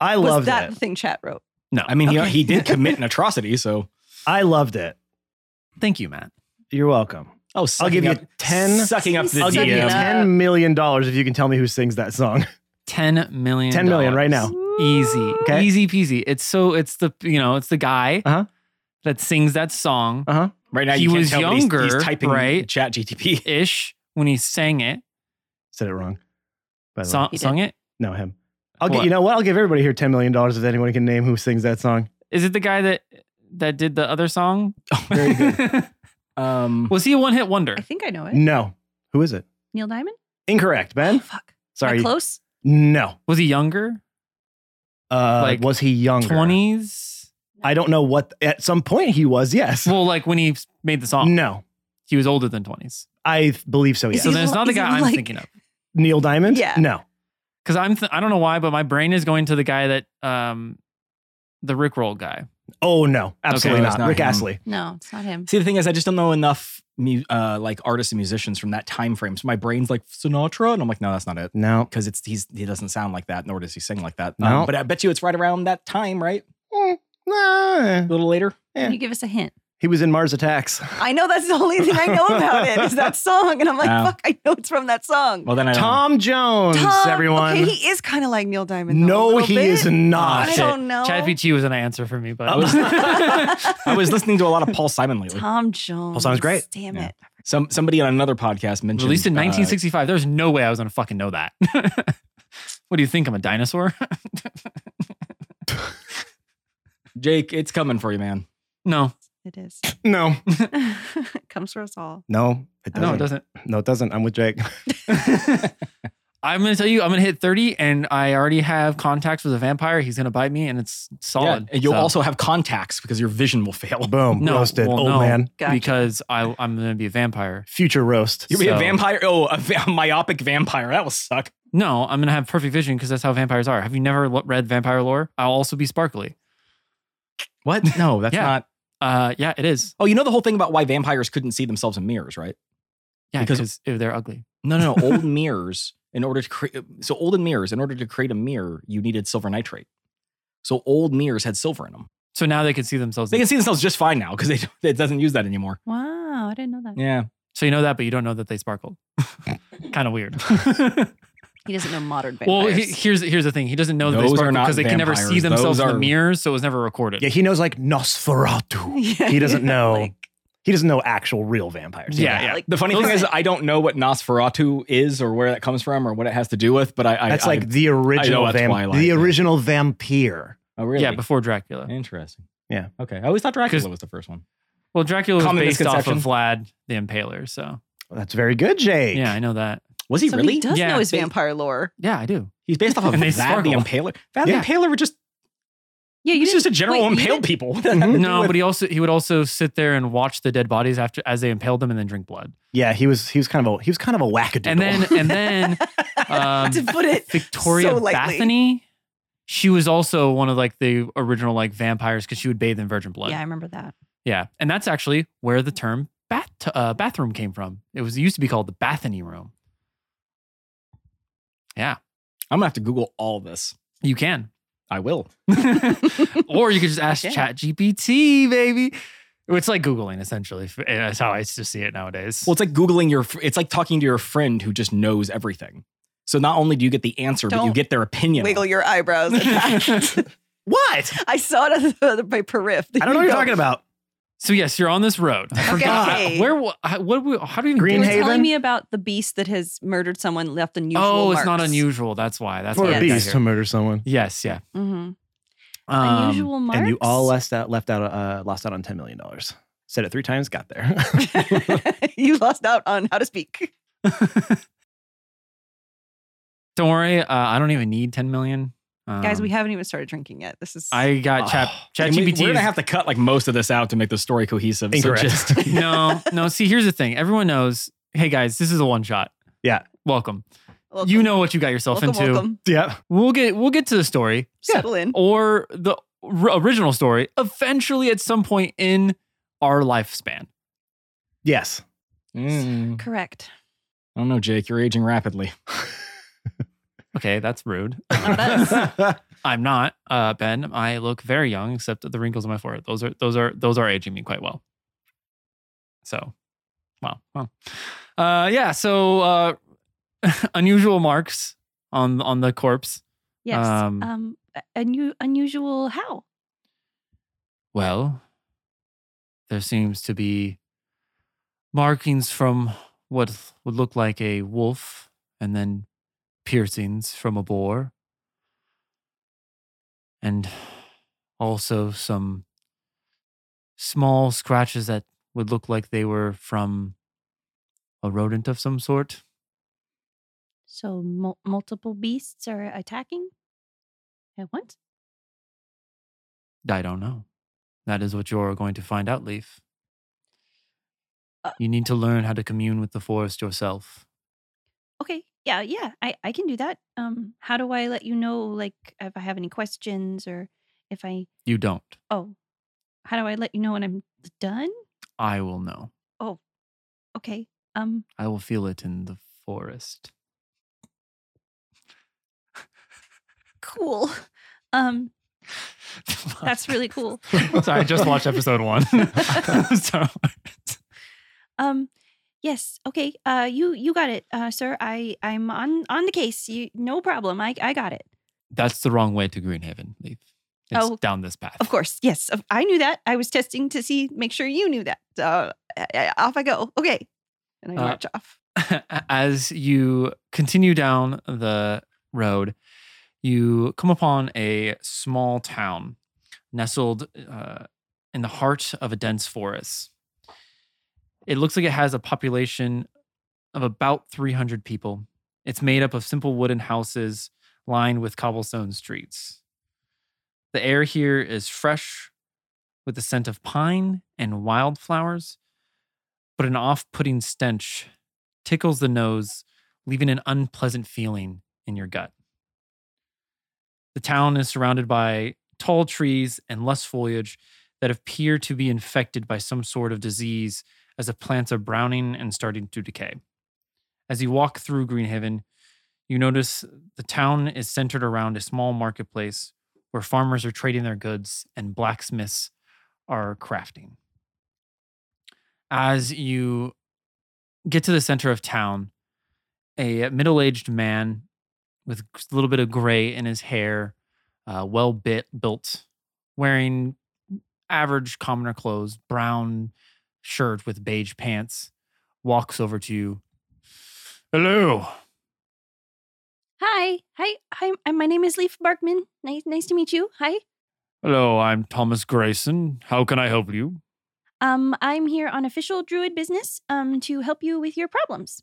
Speaker 3: I
Speaker 5: was
Speaker 3: loved
Speaker 5: that
Speaker 3: it.
Speaker 5: the thing chat wrote?
Speaker 2: no.
Speaker 4: I mean,
Speaker 5: Okay.
Speaker 4: he, he did commit an atrocity, so
Speaker 3: I loved it.
Speaker 2: thank you, Matt.
Speaker 3: You're welcome.
Speaker 4: oh,
Speaker 3: I'll give
Speaker 4: sucking
Speaker 3: you
Speaker 4: up-
Speaker 3: 10
Speaker 4: sucking up the
Speaker 3: I'll give you
Speaker 4: DM.
Speaker 3: ten million dollars if you can tell me who sings that song.
Speaker 2: Ten million.
Speaker 3: Ten million right now.
Speaker 5: Oh,
Speaker 2: Easy,
Speaker 3: Okay.
Speaker 2: easy peasy. It's so it's the you know it's the guy
Speaker 3: Uh-huh.
Speaker 2: that sings that song
Speaker 3: Uh
Speaker 4: Right now,
Speaker 2: He
Speaker 4: you can't
Speaker 2: was
Speaker 4: tell, but he's- He's,
Speaker 2: younger,
Speaker 4: typing
Speaker 2: right?
Speaker 4: Chat GTP.
Speaker 2: ish when he sang it.
Speaker 3: Said it wrong. By the way.
Speaker 2: Song,
Speaker 5: He did.
Speaker 2: sung it.
Speaker 3: No, him. I'll get,
Speaker 2: What?
Speaker 3: you know what? I'll give everybody here ten million dollars if anyone can name who sings that song.
Speaker 2: Is it the guy that that did the other song?
Speaker 3: Very good.
Speaker 4: Um,
Speaker 2: Was he a one hit wonder?
Speaker 5: I think I know it.
Speaker 3: No. Who is it?
Speaker 1: Neil Diamond.
Speaker 3: Incorrect, Ben.
Speaker 5: Fuck. Am I
Speaker 3: Sorry.
Speaker 5: close.
Speaker 3: No.
Speaker 2: Was he younger?
Speaker 3: Uh,
Speaker 2: Like,
Speaker 3: was he younger?
Speaker 2: Twenties?
Speaker 3: I don't know what. At some point, he was. Yes.
Speaker 2: Well, like when he made the song,
Speaker 3: No.
Speaker 2: he was older than twenties.
Speaker 3: I th- believe so. Yes.
Speaker 5: Is
Speaker 2: So
Speaker 5: he
Speaker 2: then it's
Speaker 5: lo-
Speaker 2: not the
Speaker 5: is he
Speaker 2: guy I'm
Speaker 5: like-
Speaker 2: thinking of.
Speaker 3: Neil Diamond.
Speaker 5: Yeah.
Speaker 3: No.
Speaker 2: Because I'm th- I don't know why, but my brain is going to the guy that um the Rickroll guy.
Speaker 3: Oh no. Absolutely
Speaker 4: Okay, it's
Speaker 3: not.
Speaker 4: not
Speaker 3: Rick
Speaker 4: him.
Speaker 3: Astley.
Speaker 6: No, it's not him.
Speaker 4: see, the thing is, I just don't know enough mu- uh, like artists and musicians from that time frame. So my brain's like Sinatra, and I'm like, no, that's not it.
Speaker 3: No.
Speaker 4: Because it's he's he doesn't sound like that, nor does he sing like that. Um,
Speaker 3: No.
Speaker 4: but I bet you it's right around that time, right?
Speaker 3: Nah.
Speaker 4: A little later.
Speaker 6: Can you give us a hint?
Speaker 3: He was in Mars Attacks.
Speaker 5: I know that's the only thing I know about it is that song, and I'm like,
Speaker 4: Wow.
Speaker 5: fuck, I know it's from that song.
Speaker 4: Well, then I don't know.
Speaker 3: Tom Jones.
Speaker 5: Tom-
Speaker 3: everyone.
Speaker 5: okay, he is kind of like Neil Diamond. though, a
Speaker 3: no,
Speaker 5: little
Speaker 3: he
Speaker 5: bit. Oh,
Speaker 3: is not.
Speaker 5: I
Speaker 2: Shit.
Speaker 5: don't know.
Speaker 2: ChatGPT was an answer for me, but
Speaker 4: I was, I was listening to a lot of Paul Simon lately.
Speaker 5: Tom Jones.
Speaker 3: Well, sounds great.
Speaker 5: Damn
Speaker 4: Yeah.
Speaker 5: it.
Speaker 4: Some somebody on another podcast mentioned
Speaker 2: released in
Speaker 4: uh,
Speaker 2: 1965. There's no way I was gonna fucking know that. what do you think? I'm a dinosaur?
Speaker 4: Jake, it's coming for you, man.
Speaker 2: no,
Speaker 5: It is.
Speaker 3: No.
Speaker 5: Comes for us all.
Speaker 3: No. It doesn't.
Speaker 2: no, it doesn't.
Speaker 3: No, it doesn't. I'm with Jake.
Speaker 2: I'm gonna tell you, I'm gonna hit 30, and I already have contacts with a vampire. He's gonna bite me, and it's solid.
Speaker 4: Yeah, and you'll
Speaker 2: So-
Speaker 4: also have contacts because your vision will fail.
Speaker 3: Boom.
Speaker 2: No,
Speaker 3: roasted.
Speaker 2: well,
Speaker 3: Old
Speaker 2: no.
Speaker 3: man.
Speaker 5: Gotcha.
Speaker 2: because I, I'm gonna be a vampire.
Speaker 3: Future roast.
Speaker 4: You'll be a
Speaker 2: So-
Speaker 4: vampire. Oh, a, va- myopic vampire. That will suck.
Speaker 2: No, I'm gonna have perfect vision because that's how vampires are. Have you never lo- read vampire lore? I'll also be sparkly.
Speaker 4: What? No, that's
Speaker 2: Yeah.
Speaker 4: not.
Speaker 2: Uh, yeah, it is.
Speaker 4: Oh, you know the whole thing about why vampires couldn't see themselves in mirrors, right?
Speaker 2: Yeah,
Speaker 4: Because-
Speaker 2: because they're ugly.
Speaker 4: No, no, no. old mirrors. In order to create, so olden mirrors. In order to create a mirror, you needed silver nitrate. So old mirrors had silver in them.
Speaker 2: So now they can see themselves.
Speaker 4: They can see themselves just fine now because they don't- it doesn't use that anymore.
Speaker 6: Wow, I didn't know that.
Speaker 4: Yeah.
Speaker 2: so you know that, but you don't know that they sparkled. kind of weird.
Speaker 6: He doesn't know modern vampires.
Speaker 2: well, he, here's here's the thing. He doesn't know that they
Speaker 4: Those are
Speaker 2: sparkled
Speaker 4: not
Speaker 2: because they can never see
Speaker 4: vampires.
Speaker 2: themselves
Speaker 4: Those
Speaker 2: in the
Speaker 4: are-
Speaker 2: mirrors, so it was never recorded.
Speaker 3: Yeah, he knows like Nosferatu.
Speaker 5: Yeah,
Speaker 3: He doesn't
Speaker 5: yeah,
Speaker 3: know.
Speaker 5: like-
Speaker 3: He doesn't know actual real vampires.
Speaker 2: Yeah,
Speaker 5: yeah,
Speaker 2: yeah.
Speaker 5: like-
Speaker 4: The funny thing
Speaker 5: Those-
Speaker 4: is, I don't know what Nosferatu is or where that comes from or what it has to do with, but I. I
Speaker 3: That's
Speaker 4: I-
Speaker 3: like the original
Speaker 4: that's
Speaker 3: vamp-
Speaker 4: Twilight,
Speaker 3: the
Speaker 4: yeah.
Speaker 3: original vampire.
Speaker 4: Oh, really?
Speaker 2: Yeah, before Dracula.
Speaker 4: Interesting.
Speaker 3: Yeah.
Speaker 4: Okay. I always thought Dracula
Speaker 2: 'Cause-
Speaker 4: was the first one.
Speaker 2: Well, Dracula was
Speaker 4: Common
Speaker 2: based off of
Speaker 4: misconception.
Speaker 2: Vlad the Impaler, so
Speaker 3: That's very good, Jake.
Speaker 2: yeah, I know that.
Speaker 4: Was he
Speaker 5: so
Speaker 4: really?
Speaker 5: He does
Speaker 2: Yeah,
Speaker 5: know his
Speaker 4: they-
Speaker 5: vampire lore.
Speaker 2: Yeah, I do.
Speaker 4: He's based off of
Speaker 2: And they
Speaker 4: Vlad
Speaker 2: sparkle.
Speaker 4: the Impaler. Vlad
Speaker 3: Yeah.
Speaker 4: the Impaler just
Speaker 1: Yeah, you
Speaker 4: He's
Speaker 1: didn't-
Speaker 4: just a general
Speaker 1: wait, you
Speaker 4: impaled
Speaker 1: didn't-
Speaker 4: people.
Speaker 2: No, but he also he would also sit there and watch the dead bodies after as they impaled them and then drink blood.
Speaker 3: Yeah, he was he was kind of a he was kind of a wackadoodle.
Speaker 2: And then and then um,
Speaker 5: to put it
Speaker 2: Victoria
Speaker 5: so lightly.
Speaker 2: Bethany, she was also one of like the original like vampires because she would bathe in virgin blood.
Speaker 1: Yeah, I remember that.
Speaker 2: Yeah, and that's actually where the term bath uh, bathroom came from. It was it used to be called the Bethany room. Yeah,
Speaker 4: I'm gonna have to Google all this.
Speaker 2: you can,
Speaker 4: I will.
Speaker 2: or you could just ask
Speaker 5: Yeah.
Speaker 2: Chat GPT, baby. It's like googling essentially. That's how I just see it nowadays.
Speaker 4: Well, it's like Googling your, fr- it's like talking to your friend who just knows everything. So not only do you get the answer, but you
Speaker 5: Don't
Speaker 4: get their opinion. on
Speaker 5: wiggle your eyebrows. at that.
Speaker 3: what?
Speaker 5: I saw it at the, other by Perif.
Speaker 3: I don't know what you're talking about.
Speaker 2: so yes, you're on this road. I forgot
Speaker 5: Okay.
Speaker 2: where. wa- How, what? we- How do you even?
Speaker 6: You
Speaker 2: get
Speaker 3: Green
Speaker 6: were
Speaker 2: to-
Speaker 3: Haven?
Speaker 6: telling me about the beast that has murdered someone, left unusual.
Speaker 2: Oh, it's not
Speaker 6: marks.
Speaker 2: unusual. That's why. That's
Speaker 3: For
Speaker 2: why
Speaker 3: a
Speaker 2: I got
Speaker 3: beast
Speaker 2: here.
Speaker 3: to murder someone.
Speaker 2: Yes. Yeah.
Speaker 5: Mm-hmm.
Speaker 6: Mhm.
Speaker 2: Um,
Speaker 1: Unusual marks.
Speaker 3: And you all left out left out uh, lost out on ten million dollars. Said it three times, got there.
Speaker 5: about. you lost out on how to speak.
Speaker 2: Don't worry. Uh, I don't even need 10 million. Um,
Speaker 6: Guys, we haven't even started drinking yet. This is
Speaker 2: I
Speaker 4: Oh.
Speaker 2: got chat
Speaker 4: Uh, And we,
Speaker 2: ChatGPT.
Speaker 4: we're gonna
Speaker 2: is-
Speaker 4: have to cut like most of this out to make the story cohesive. So
Speaker 3: Incorrect.
Speaker 4: just
Speaker 2: no, no. See, here's the thing. Everyone knows. Hey, guys, this is a one shot.
Speaker 3: Yeah.
Speaker 2: Welcome.
Speaker 5: Welcome.
Speaker 2: You know what you got yourself
Speaker 5: welcome,
Speaker 2: into.
Speaker 5: welcome.
Speaker 3: yeah.
Speaker 2: We'll get we'll get to the story
Speaker 5: Settle in.
Speaker 2: or the r- original story eventually at some point in our lifespan.
Speaker 3: Yes.
Speaker 4: Mm.
Speaker 6: correct.
Speaker 4: I don't know, Jake. You're aging rapidly.
Speaker 2: Okay, that's rude.
Speaker 3: That's
Speaker 2: I'm not uh, Ben. I look very young, except that the wrinkles on my forehead. Those are those are those are aging me quite well. So, wow, wow, uh, yeah. So uh, unusual marks on on the corpse.
Speaker 1: Yes.
Speaker 2: Um,
Speaker 1: Um, a- unu- unusual how?
Speaker 2: Well, there seems to be markings from what would look like a wolf, and then piercings from a boar, and also some small scratches that would look like they were from a rodent of some sort.
Speaker 1: So mul- multiple beasts are attacking at once?
Speaker 2: I don't know. That is what you're going to find out, Leaf.
Speaker 1: Uh,
Speaker 2: you need to learn how to commune with the forest yourself.
Speaker 1: Okay. Yeah, yeah. I I can do that. Um how do I let you know like if I have any questions or if I
Speaker 2: You don't.
Speaker 1: oh, how do I let you know when I'm done?
Speaker 2: I will know.
Speaker 1: Okay. Um
Speaker 2: I will feel it in the forest.
Speaker 1: cool. Um that's really cool.
Speaker 2: Sorry, I just watched episode one. Sorry.
Speaker 1: Um yes, okay. Uh you you got it. Uh sir, I I'm on on the case. You no problem. I I got it.
Speaker 2: That's the wrong way to Greenhaven, Leaf. It's
Speaker 1: Oh.
Speaker 2: down this path.
Speaker 1: Of course, yes. of- I knew that. I was testing to see, make sure you knew that. Uh, I- I- off I go. Okay.
Speaker 5: And I
Speaker 2: Uh,
Speaker 5: march off.
Speaker 2: as you continue down the road, you come upon a small town nestled uh, in the heart of a dense forest. It looks like it has a population of about 300 people. It's made up of simple wooden houses lined with cobblestone streets. The air here is fresh with the scent of pine and wildflowers, but an off putting stench tickles the nose, leaving an unpleasant feeling in your gut. The town is surrounded by tall trees and less foliage that appear to be infected by some sort of disease as the plants are browning and starting to decay. As you walk through Greenhaven, you notice the town is centered around a small marketplace where farmers are trading their goods and blacksmiths are crafting. As you get to the center of town, a middle aged man with a little bit of gray in his hair, uh, well bit built, wearing average commoner clothes, brown shirt with beige pants, walks over to you. Hello.
Speaker 1: Hi, hi, hi. uh, My name is Leaf Barkman. Nice, nice to meet you. Hi.
Speaker 2: Hello, I'm Thomas Grayson. How can I help you?
Speaker 1: Um, I'm here on official Druid business. Um, to help you with your problems.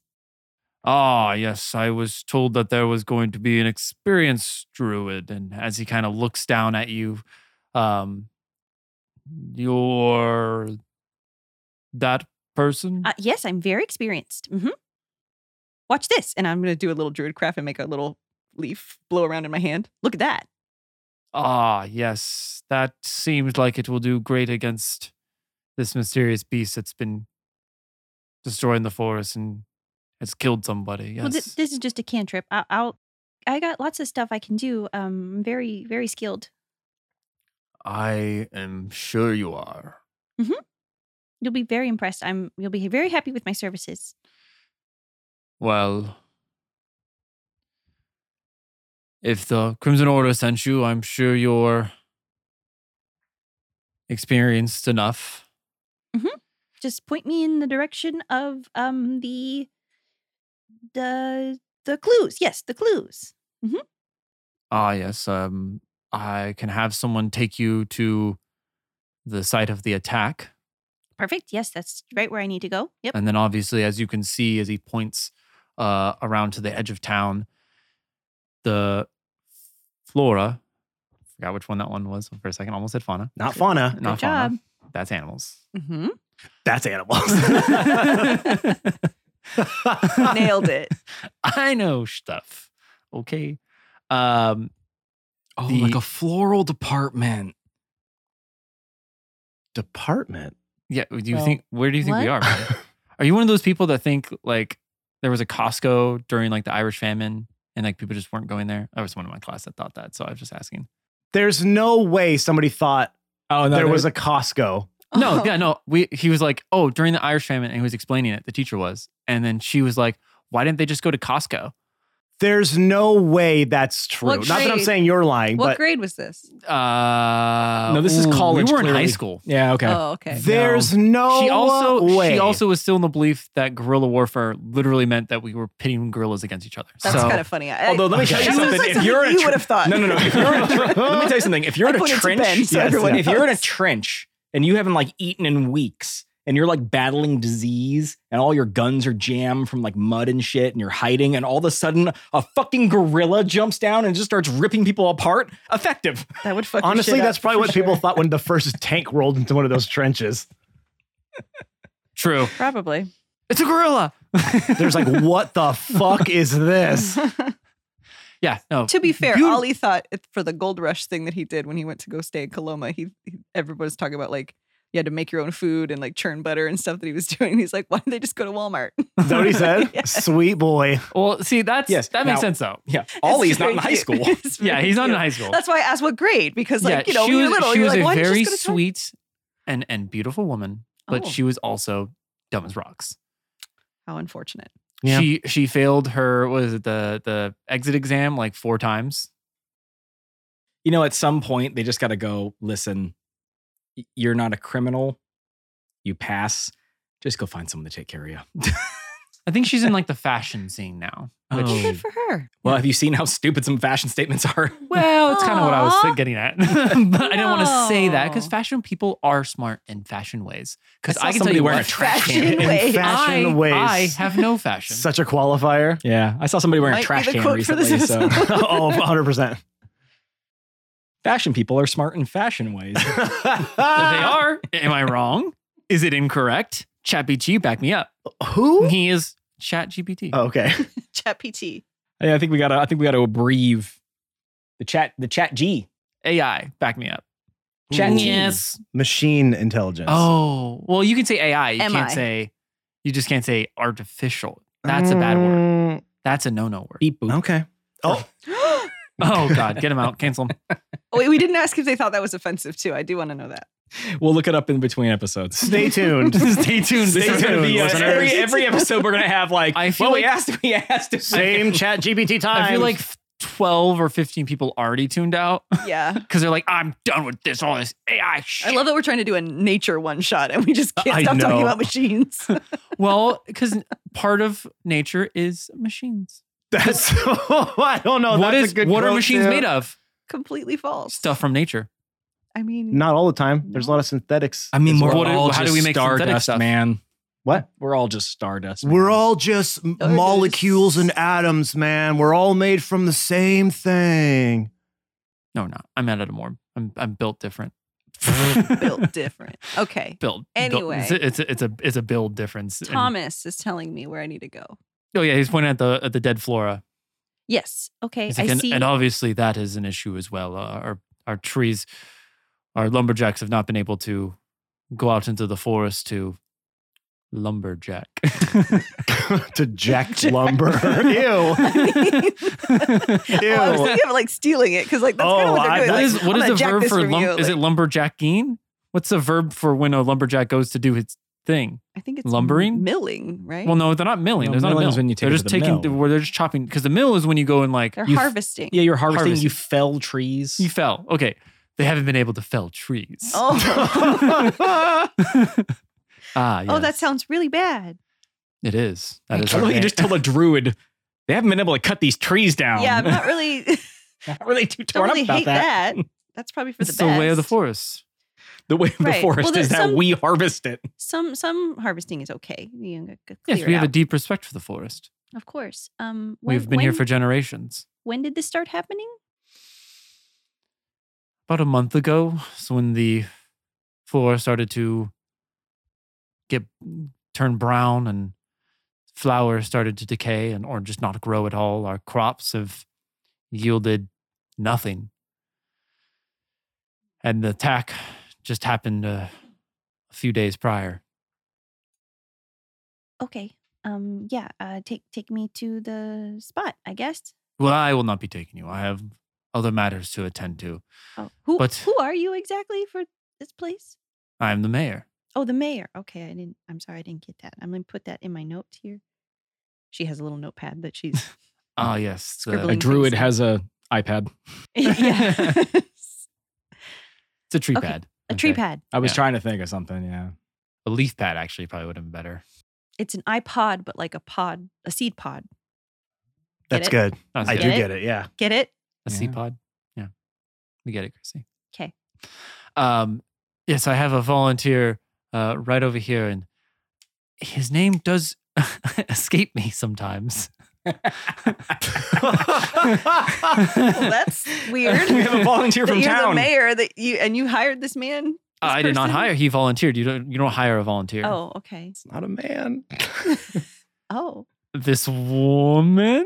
Speaker 2: Ah, yes, I was told that there was going to be an experienced druid. And as he kind of looks down at you, Um, you're that person.
Speaker 1: Uh, yes, I'm very experienced. hmm Watch this.
Speaker 6: And I'm going to do a little druid craft and make a little leaf blow around in my hand. Look at that.
Speaker 2: ah, yes, that seems like it will do great against this mysterious beast that's been destroying the forest and has killed somebody. Yes.
Speaker 1: Well, th- this is just a cantrip. I- I'll. I got lots of stuff I can do. Um, I'm very, very skilled.
Speaker 2: I am sure you are.
Speaker 1: You'll be very impressed. I'm. You'll be very happy with my services.
Speaker 2: Well, if the Crimson Order sent you, I'm sure you're experienced enough.
Speaker 1: Just point me in the direction of um the the the clues. Yes, the clues.
Speaker 2: Ah, yes. Um, I can have someone take you to the site of the attack.
Speaker 1: Perfect. Yes, that's right where I need to go. Yep.
Speaker 2: And then obviously, as you can see, as he points uh, around to the edge of town, the flora, forgot which one that one was for a second, almost said fauna.
Speaker 3: Not fauna.
Speaker 2: Not
Speaker 1: job.
Speaker 2: fauna. That's animals.
Speaker 6: Mm-hmm.
Speaker 3: That's animals.
Speaker 6: Nailed it.
Speaker 2: I know stuff. Okay. Um,
Speaker 4: Oh,
Speaker 2: The-
Speaker 4: like a floral department.
Speaker 3: Department.
Speaker 2: yeah. Do you
Speaker 4: Well,
Speaker 2: think, where do you think we are?
Speaker 1: what?
Speaker 2: Ryan? are you one of those people that think like there was a Costco during like the Irish famine and like people just weren't going there? I was one of my class that thought that. So I was just asking.
Speaker 3: There's no way somebody thought
Speaker 4: Oh,
Speaker 3: there was a Costco.
Speaker 2: No,
Speaker 5: Oh.
Speaker 2: yeah, no. We he was like, oh, during the Irish famine, and he was explaining it. The teacher was, and then she was like, why didn't they just go to Costco?
Speaker 3: There's no way that's true.
Speaker 6: What
Speaker 3: Not that I'm
Speaker 6: grade?
Speaker 3: saying you're lying,
Speaker 6: What
Speaker 3: but
Speaker 6: grade was this?
Speaker 2: Uh,
Speaker 4: No, this is
Speaker 2: ooh,
Speaker 4: college,
Speaker 2: We were in high
Speaker 4: clearly.
Speaker 2: school.
Speaker 4: Yeah, okay.
Speaker 6: Oh, okay.
Speaker 3: there's no
Speaker 2: she also
Speaker 3: way.
Speaker 2: she also was still in the belief that guerrilla warfare literally meant that we were pitting guerrillas against each other.
Speaker 6: That's
Speaker 2: so,
Speaker 6: kind of funny. I,
Speaker 4: Although, let me
Speaker 3: Okay.
Speaker 4: tell you
Speaker 3: That
Speaker 6: eh, that
Speaker 3: sounds
Speaker 4: something.
Speaker 6: sounds like something
Speaker 4: if you're in a
Speaker 6: you
Speaker 4: tr-
Speaker 6: would have thought.
Speaker 4: no, no, no. If you're in a tr- let me tell you something. If
Speaker 6: I
Speaker 4: you're in a
Speaker 6: pointed to
Speaker 4: trench,
Speaker 6: Ben, so
Speaker 4: Yes.
Speaker 6: everyone
Speaker 4: if you're in a
Speaker 6: knows.
Speaker 4: trench and you haven't like eaten in weeks and you're like battling disease and all your guns are jammed from like mud and shit and you're hiding and all of a sudden a fucking gorilla jumps down and just starts ripping people apart, effective.
Speaker 6: That would fucking
Speaker 3: honestly,
Speaker 6: shit up
Speaker 3: that's probably
Speaker 6: for
Speaker 3: what people
Speaker 6: sure.
Speaker 3: thought when the first tank rolled into one of those trenches.
Speaker 2: true.
Speaker 6: Probably.
Speaker 2: It's a gorilla.
Speaker 3: There's like, what the fuck is this?
Speaker 2: Yeah. No.
Speaker 6: To be fair,
Speaker 2: You-
Speaker 6: Ali thought it- for the gold rush thing that he did when he went to go stay in Coloma, he, he everybody's talking about like you had to make your own food and like churn butter and stuff that he was doing. He's like, why didn't they just go to Walmart?
Speaker 3: Is that what he said? Sweet boy.
Speaker 2: Well, see, that's
Speaker 4: Yes,
Speaker 2: that makes
Speaker 4: now-
Speaker 2: sense though.
Speaker 4: Yeah. Ollie's not
Speaker 6: very
Speaker 4: in high
Speaker 6: cute.
Speaker 4: school.
Speaker 6: It's
Speaker 2: Yeah,
Speaker 6: very
Speaker 2: he's not in
Speaker 6: cute.
Speaker 2: high school.
Speaker 6: That's why I asked what grade because like you know
Speaker 2: she
Speaker 6: when
Speaker 2: was,
Speaker 6: you're little,
Speaker 2: she
Speaker 6: you're
Speaker 2: was
Speaker 6: like,
Speaker 2: a
Speaker 6: why didn't you
Speaker 2: very
Speaker 6: just go to
Speaker 2: sweet and and beautiful woman, but
Speaker 6: Oh.
Speaker 2: she was also dumb as rocks.
Speaker 6: How unfortunate.
Speaker 3: Yeah.
Speaker 2: She she failed her what is it the the exit exam like four times.
Speaker 4: you know, at some point they just got to go, listen, y- you're not a criminal. You pass. Just go find someone to take care of you.
Speaker 2: I think she's in like the fashion scene now. Which,
Speaker 4: Oh.
Speaker 6: Good for her.
Speaker 4: Well, have you seen how stupid some fashion statements are?
Speaker 2: Well, it's kind of what I was
Speaker 1: Aw.
Speaker 2: getting at, but I didn't want to say that because
Speaker 6: No.
Speaker 2: fashion people are smart in fashion ways. Because
Speaker 4: saw
Speaker 2: I, can tell
Speaker 4: somebody
Speaker 2: you
Speaker 4: wearing
Speaker 2: what,
Speaker 4: a trash
Speaker 6: Fashion
Speaker 4: can.
Speaker 3: In
Speaker 6: ways.
Speaker 3: fashion
Speaker 2: I,
Speaker 3: ways.
Speaker 2: I have no fashion.
Speaker 3: Such a qualifier.
Speaker 4: Yeah, I saw somebody wearing a
Speaker 6: Might
Speaker 4: trash
Speaker 6: be the
Speaker 4: can
Speaker 6: quote for this
Speaker 4: recently. So
Speaker 6: episode.
Speaker 3: oh, 100%.
Speaker 4: fashion people are smart in fashion ways.
Speaker 2: they are. Am I wrong? Is it incorrect? Chappy G, back me up.
Speaker 3: Who?
Speaker 2: He is Chat GPT.
Speaker 3: Oh, okay.
Speaker 6: Chat PT.
Speaker 4: yeah, I think we gotta. I think we gotta abbreviate the chat. The chat G.
Speaker 2: AI, back me up.
Speaker 4: Chat G.
Speaker 2: Yes.
Speaker 3: Machine intelligence.
Speaker 2: Oh, well, you can say AI. You can't
Speaker 6: MI.
Speaker 2: say, you just can't say artificial. That's a bad
Speaker 3: Mm.
Speaker 2: word. That's a no no word.
Speaker 4: Beep boop.
Speaker 3: Okay. Oh,
Speaker 6: oh
Speaker 2: Oh, God. Get him out. Cancel him.
Speaker 6: wait, we didn't ask if they thought that was offensive too. I do want to know that.
Speaker 4: We'll look it up in between episodes.
Speaker 3: stay tuned.
Speaker 2: Stay tuned.
Speaker 4: This
Speaker 3: Stay
Speaker 4: is gonna
Speaker 3: tuned,
Speaker 4: be uh,
Speaker 3: listeners.
Speaker 4: every, every episode. We're gonna have like.
Speaker 2: I feel
Speaker 4: well, we
Speaker 2: like-
Speaker 4: asked. We asked.
Speaker 3: Same chat GPT time.
Speaker 2: I feel like f- 12 or 15 people already tuned out
Speaker 6: Yeah.
Speaker 2: because they're like, I'm done with this, all this AI shit.
Speaker 6: I love that we're trying to do a nature one shot and we just can't
Speaker 3: I
Speaker 6: stop
Speaker 3: know.
Speaker 6: talking about machines.
Speaker 2: well, because part of nature is machines.
Speaker 3: that's, I don't know.
Speaker 2: what
Speaker 3: Oh, that's
Speaker 2: is
Speaker 3: a good
Speaker 2: what are
Speaker 3: quote,
Speaker 2: machines
Speaker 3: too.
Speaker 2: made of?
Speaker 6: Completely false.
Speaker 2: Stuff from nature.
Speaker 6: I mean,
Speaker 3: Not all the time. There's a lot of synthetics.
Speaker 4: I mean,
Speaker 3: as
Speaker 4: we're
Speaker 3: well.
Speaker 2: What do-
Speaker 4: all
Speaker 2: how do
Speaker 4: just
Speaker 2: we make synthetic
Speaker 4: stardust,
Speaker 2: stuff?
Speaker 4: man.
Speaker 3: What?
Speaker 4: We're all just stardust.
Speaker 3: We're
Speaker 4: man.
Speaker 3: all just m-
Speaker 6: Or just-
Speaker 3: molecules and atoms, man. We're all made from the same thing.
Speaker 2: No, not. I'm at a more. I'm I'm built different.
Speaker 6: built different. Okay.
Speaker 2: build.
Speaker 6: Anyway.
Speaker 2: build. It's, a, it's a it's a it's a build difference. And-
Speaker 6: Thomas is telling me where I need to go.
Speaker 2: oh yeah, he's pointing at the at the dead flora.
Speaker 1: Yes. Okay.
Speaker 2: He's
Speaker 1: I
Speaker 2: like, and,
Speaker 1: see.
Speaker 2: and obviously that is an issue as well. Uh, our our trees, our lumberjacks have not been able to go out into the forest to lumberjack.
Speaker 3: to jack lumber. Ew.
Speaker 6: Oh, I was
Speaker 3: Ew.
Speaker 6: thinking of like stealing it because like that's kind of
Speaker 3: Oh,
Speaker 6: what
Speaker 3: I-
Speaker 6: they're doing.
Speaker 2: What
Speaker 6: like,
Speaker 2: is
Speaker 6: I'm
Speaker 2: what is
Speaker 6: gonna
Speaker 2: the
Speaker 6: jack
Speaker 2: verb
Speaker 6: this
Speaker 2: for
Speaker 6: from
Speaker 2: lum-
Speaker 6: you,
Speaker 2: is it
Speaker 6: like-
Speaker 2: lumberjacking? What's the verb for when a lumberjack goes to do his thing?
Speaker 6: I think it's
Speaker 2: lumbering?
Speaker 6: milling, right?
Speaker 2: Well, no, they're not milling.
Speaker 4: No,
Speaker 2: There's not a
Speaker 4: milling
Speaker 2: mill.
Speaker 4: is when you take
Speaker 2: they're
Speaker 4: it
Speaker 2: just
Speaker 4: to the
Speaker 2: taking
Speaker 4: mill.
Speaker 2: where they're just chopping because the mill is when you go and like
Speaker 6: They're
Speaker 2: you,
Speaker 6: harvesting.
Speaker 4: Yeah, you're harvesting.
Speaker 2: Harvesting.
Speaker 4: You fell trees.
Speaker 2: you fell. Okay, they haven't been able to fell trees.
Speaker 6: Oh.
Speaker 2: ah, yes.
Speaker 1: Oh, that sounds really bad.
Speaker 2: it is. That is.
Speaker 4: I love
Speaker 2: our
Speaker 4: how you
Speaker 2: day.
Speaker 4: just told a druid they haven't been able to cut these trees down.
Speaker 1: Yeah, I'm not really
Speaker 4: not really too
Speaker 1: don't
Speaker 4: torn
Speaker 1: really
Speaker 4: up about
Speaker 1: hate that. That's probably for
Speaker 2: It's
Speaker 1: the
Speaker 2: the
Speaker 1: best.
Speaker 2: way of the forest.
Speaker 4: The way of the
Speaker 1: Right.
Speaker 4: forest
Speaker 1: Well, there's
Speaker 4: is that
Speaker 1: some-
Speaker 4: we harvest it.
Speaker 1: Some some harvesting is okay. You know, c- clear
Speaker 2: Yes, we
Speaker 1: it
Speaker 2: have a
Speaker 1: out.
Speaker 2: deep respect for the forest.
Speaker 1: of course. Um, when,
Speaker 2: We've been here
Speaker 1: when-
Speaker 2: for generations.
Speaker 1: When did this start happening?
Speaker 2: About a month ago, so when the flora started to get turn brown and flowers started to decay and or just not grow at all, our crops have yielded nothing. And the attack just happened uh, a few days prior.
Speaker 1: Okay. Um, yeah. Uh, take take me to the spot. I guess.
Speaker 2: Well, I will not be taking you. I have other matters to attend to.
Speaker 1: Oh, who
Speaker 2: But-
Speaker 1: who are you exactly for this place?
Speaker 2: I am the mayor.
Speaker 1: Oh, the mayor. Okay, I didn't. I'm sorry, I didn't get that. I'm gonna put that in my notes here. She has a little notepad that she's.
Speaker 2: Ah, yes. the-
Speaker 1: Scribbling.
Speaker 4: A druid has a iPad.
Speaker 1: yeah,
Speaker 2: it's a tree
Speaker 1: Okay,
Speaker 2: pad.
Speaker 1: a tree
Speaker 2: Okay.
Speaker 1: pad.
Speaker 4: I was
Speaker 2: Yeah.
Speaker 4: trying to think of something. Yeah.
Speaker 2: A leaf pad actually probably would have been better.
Speaker 1: It's an iPod, but like a pod, a seed pod.
Speaker 3: That's
Speaker 1: it?
Speaker 3: good.
Speaker 2: That's
Speaker 3: I
Speaker 2: good.
Speaker 3: do
Speaker 1: it?
Speaker 3: get it. Yeah.
Speaker 1: Get it?
Speaker 2: A sea
Speaker 4: Yeah.
Speaker 2: pod. Yeah. We get it, Chrissy.
Speaker 1: 'Kay.
Speaker 2: Um, yes, I have a volunteer uh, right over here, and his name does escape me sometimes.
Speaker 6: well, that's weird.
Speaker 4: we have a volunteer
Speaker 6: that
Speaker 4: from
Speaker 6: you're the
Speaker 4: town.
Speaker 6: mayor that you and you hired this man. this
Speaker 2: I did not
Speaker 6: person?
Speaker 2: hire. He volunteered. You don't. You don't hire a volunteer.
Speaker 1: Oh, okay.
Speaker 3: It's not a man.
Speaker 1: Oh,
Speaker 2: This woman.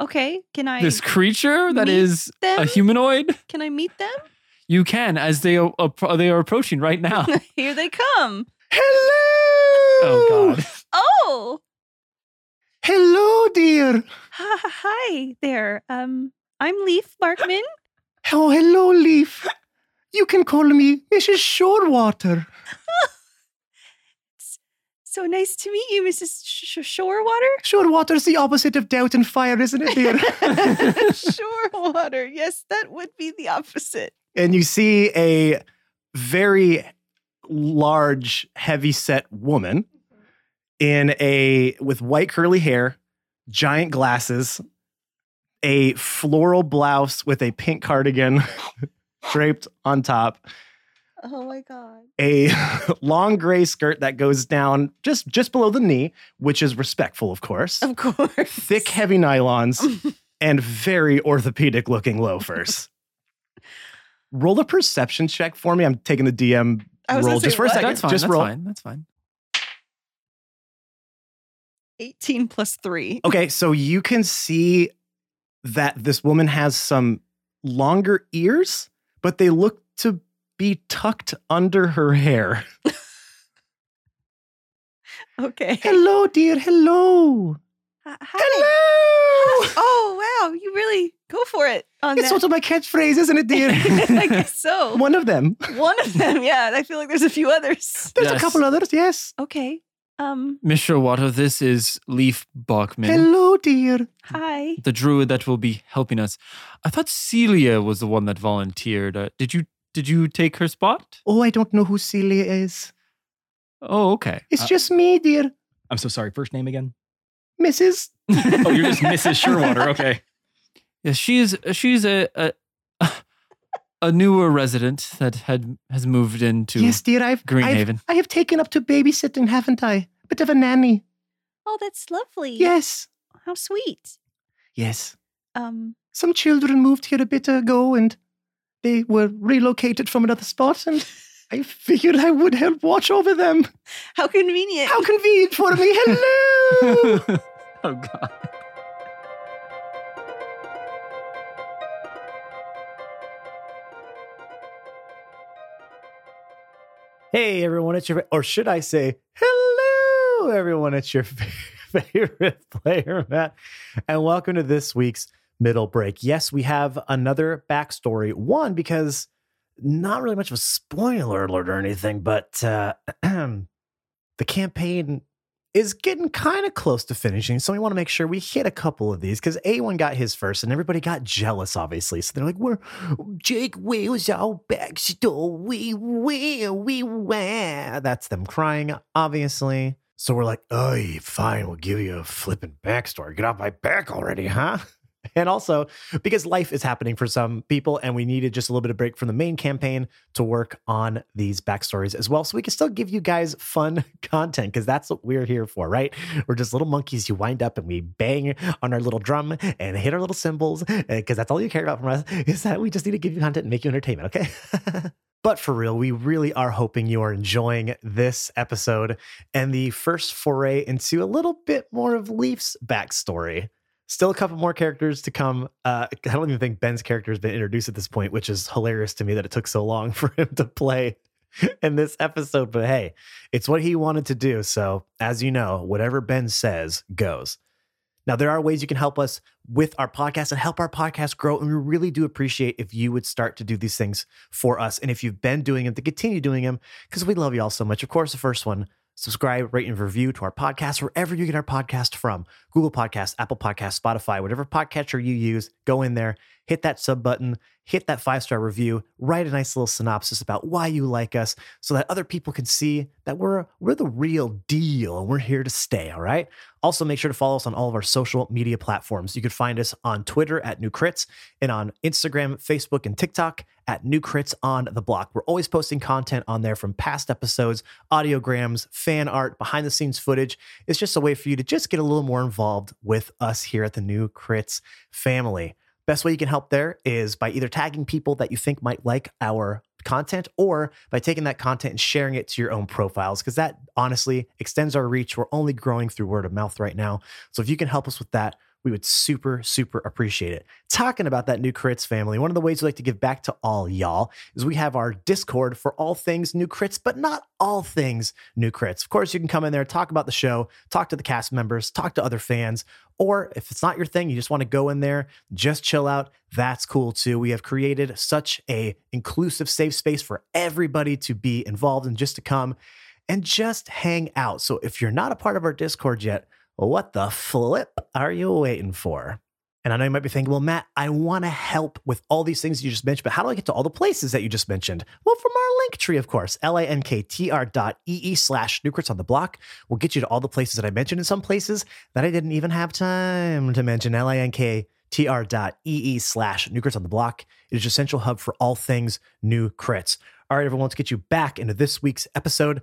Speaker 1: okay. Can I
Speaker 2: this creature that
Speaker 1: meet
Speaker 2: is
Speaker 1: them?
Speaker 2: a humanoid.
Speaker 1: Can I meet them?
Speaker 2: You can, as they are, appro- they are approaching right now.
Speaker 1: Here they come.
Speaker 3: Hello.
Speaker 2: oh God.
Speaker 1: Oh,
Speaker 3: Hello, dear.
Speaker 1: hi- hi there. Um, I'm Leaf Barkman.
Speaker 3: Oh, hello, Leaf. You can call me Mrs. Shorewater.
Speaker 1: So nice to meet you, Mrs. Sh- Sh- Shorewater.
Speaker 3: Shorewater's the opposite of doubt and fire, isn't it, dear?
Speaker 6: Sure, water. Yes, that would be the opposite.
Speaker 3: and you see a very large, heavy set woman in a with white curly hair, giant glasses, a floral blouse with a pink cardigan draped on top,
Speaker 6: Oh my god.
Speaker 3: a long gray skirt that goes down just just below the knee, which is respectful, of course.
Speaker 6: Of course.
Speaker 3: Thick, heavy nylons and very orthopedic looking loafers. Roll a perception check for me. I'm taking the DM
Speaker 6: I was gonna
Speaker 3: roll
Speaker 6: say, uh,
Speaker 3: just for a
Speaker 6: what?
Speaker 3: second.
Speaker 2: That's fine.
Speaker 3: just
Speaker 2: that's
Speaker 3: roll.
Speaker 2: fine. That's fine.
Speaker 6: 18 plus 3.
Speaker 3: Okay, so you can see that this woman has some longer ears, but they look to be tucked under her hair.
Speaker 6: Okay.
Speaker 3: Hello, dear. Hello.
Speaker 1: Hi. hi.
Speaker 3: Hello.
Speaker 6: Oh wow, you really go for it on
Speaker 3: It's
Speaker 6: that.
Speaker 3: sort of my catchphrase, isn't it, dear?
Speaker 6: I guess so.
Speaker 3: One of them.
Speaker 6: One of them, yeah. I feel like there's a few others.
Speaker 3: There's
Speaker 2: Yes.
Speaker 3: a couple others, yes.
Speaker 1: Okay. Um.
Speaker 2: Mr. Water, this is Leaf Bachman,
Speaker 3: Hello, dear.
Speaker 1: Hi.
Speaker 2: the druid that will be helping us. I thought Celia was the one that volunteered. Uh, did you did you take her spot?
Speaker 3: Oh, I don't know who Celia is.
Speaker 2: Oh, okay.
Speaker 3: It's
Speaker 2: Uh,
Speaker 3: just me, dear.
Speaker 4: I'm so sorry. First name again?
Speaker 3: Mrs.
Speaker 4: Oh, you're just Mrs. Sherwater. Okay.
Speaker 2: yeah, she is she's a a, a newer resident that had has moved into
Speaker 3: Yes, dear. I've, I've
Speaker 2: Greenhaven.
Speaker 3: I have taken up to babysitting, haven't I? Bit of a nanny.
Speaker 1: Oh, that's lovely.
Speaker 3: Yes.
Speaker 1: How sweet.
Speaker 3: Yes.
Speaker 5: Um,
Speaker 1: Some children moved here a bit ago and they were relocated from another spot, and I figured I would help watch over them.
Speaker 7: How convenient.
Speaker 1: How convenient for me. Hello.
Speaker 4: oh god.
Speaker 3: Hey, everyone, it's your, or should I say, hello, everyone, it's your favorite player, Matt, and welcome to this week's middle break. Yes, we have another backstory. One, because not really much of a spoiler alert or anything, but uh, the campaign is getting kind of close to finishing. So we want to make sure we hit a couple of these because A1 got his first and everybody got jealous, obviously. So they're like, we're Jake Wales our backstory. We we were. That's them crying, obviously. So we're like, oh, fine, we'll give you a flippin' backstory. Get off my back already, huh? And also, because life is happening for some people, and we needed just a little bit of break from the main campaign to work on these backstories as well. So we can still give you guys fun content because that's what we're here for, right? We're just little monkeys. You wind up and we bang on our little drum and hit our little cymbals because that's all you care about from us is that we just need to give you content and make you entertainment, okay? But for real, we really are hoping you are enjoying this episode and the first foray into a little bit more of Leaf's backstory. Still a couple more characters to come. Uh, I don't even think Ben's character has been introduced at this point, which is hilarious to me that it took so long for him to play in this episode. But hey, it's what he wanted to do. So, as you know, whatever Ben says goes. Now, there are ways you can help us with our podcast and help our podcast grow. And we really do appreciate if you would start to do these things for us. And if you've been doing them, to continue doing them, because we love you all so much. Of course, the first one, subscribe, rate, and review to our podcast, wherever you get our podcast from Google Podcasts, Apple Podcasts, Spotify, whatever podcatcher you use, go in there, hit that sub button, hit that five star review, write a nice little synopsis about why you like us so that other people can see that we're, we're the real deal and we're here to stay, all right? Also, make sure to follow us on all of our social media platforms. You can find us on Twitter at New Crits and on Instagram, Facebook, and TikTok at New Crits on the Block. We're always posting content on there from past episodes, audiograms, fan art, behind the scenes footage. It's just a way for you to just get a little more involved with us here at the New Crits family. Best way you can help there is by either tagging people that you think might like our content or by taking that content and sharing it to your own profiles because that honestly extends our reach. We're only growing through word of mouth right now. So if you can help us with that, we would super, super appreciate it. Talking about that new crits family, one of the ways we like to give back to all y'all is we have our Discord for all things new crits, but not all things new crits. Of course, you can come in there, talk about the show, talk to the cast members, talk to other fans, or if it's not your thing, you just want to go in there, just chill out. That's cool too. We have created such a inclusive, safe space for everybody to be involved and just to come and just hang out. So if you're not a part of our Discord yet, what the flip are you waiting for? And I know you might be thinking, well, Matt, I want to help with all these things you just mentioned, but how do I get to all the places that you just mentioned? Well, from our link tree, of course, linktr dot ee slash nucrets on the block will get you to all the places that I mentioned in some places that I didn't even have time to mention. linktr dot ee slash nucrets on the block. It is your central hub for all things new crits. All right, everyone, let's get you back into this week's episode.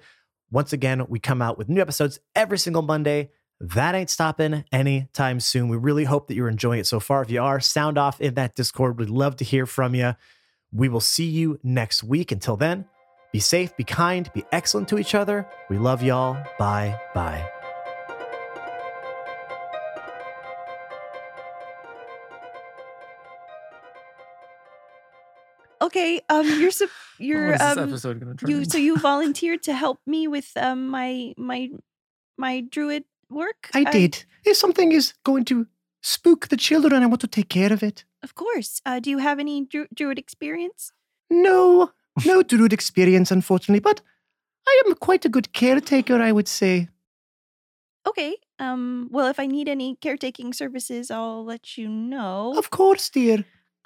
Speaker 3: Once again, we come out with new episodes every single Monday. That ain't stopping anytime soon. We really hope that you're enjoying it so far. If you are, sound off in that Discord. We'd love to hear from you. We will see you next week. Until then, be safe, be kind, be excellent to each other. We love y'all. Bye bye.
Speaker 5: okay. Um, you're sup-
Speaker 2: What
Speaker 5: you're
Speaker 2: is this
Speaker 5: um,
Speaker 2: episode gonna turn
Speaker 5: you
Speaker 2: into?
Speaker 5: so you volunteered to help me with um my my my druid work.
Speaker 1: I did. If something is going to spook the children, I want to take care of it.
Speaker 5: of course. Uh, do you have any dru- druid experience?
Speaker 1: No, no druid experience, unfortunately, but I am quite a good caretaker, I would say.
Speaker 5: Okay. Um. Well, if I need any caretaking services, I'll let you know.
Speaker 1: Of course, dear.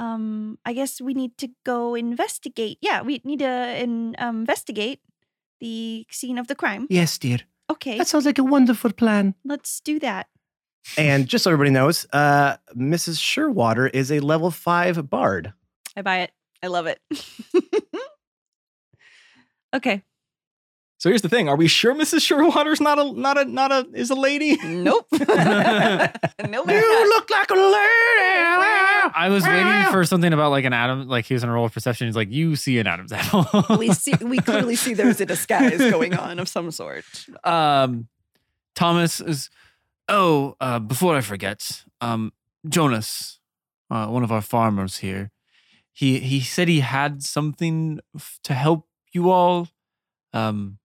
Speaker 5: um i guess we need to go investigate yeah we need to in, um, investigate the scene of the crime
Speaker 1: Yes, dear.
Speaker 5: okay
Speaker 1: That sounds like a wonderful plan.
Speaker 5: let's do that
Speaker 1: And just so everybody knows, uh, Mrs. Sherwater is a level five bard.
Speaker 5: i buy it
Speaker 7: I love it.
Speaker 5: okay
Speaker 4: So here's the thing: Are we sure Mrs. Surewater's not a not a not a is a lady?
Speaker 5: Nope. nope.
Speaker 3: You look like a lady.
Speaker 2: I was waiting for something about like an Adam, like he was in a roll of perception. He's like, you see an Adam's apple.
Speaker 5: we see we clearly see there's a disguise going on of some sort.
Speaker 2: um, Thomas is. Oh, uh, before I forget, um, Jonas, uh, one of our farmers here, he he said he had something f- to help you all. Um,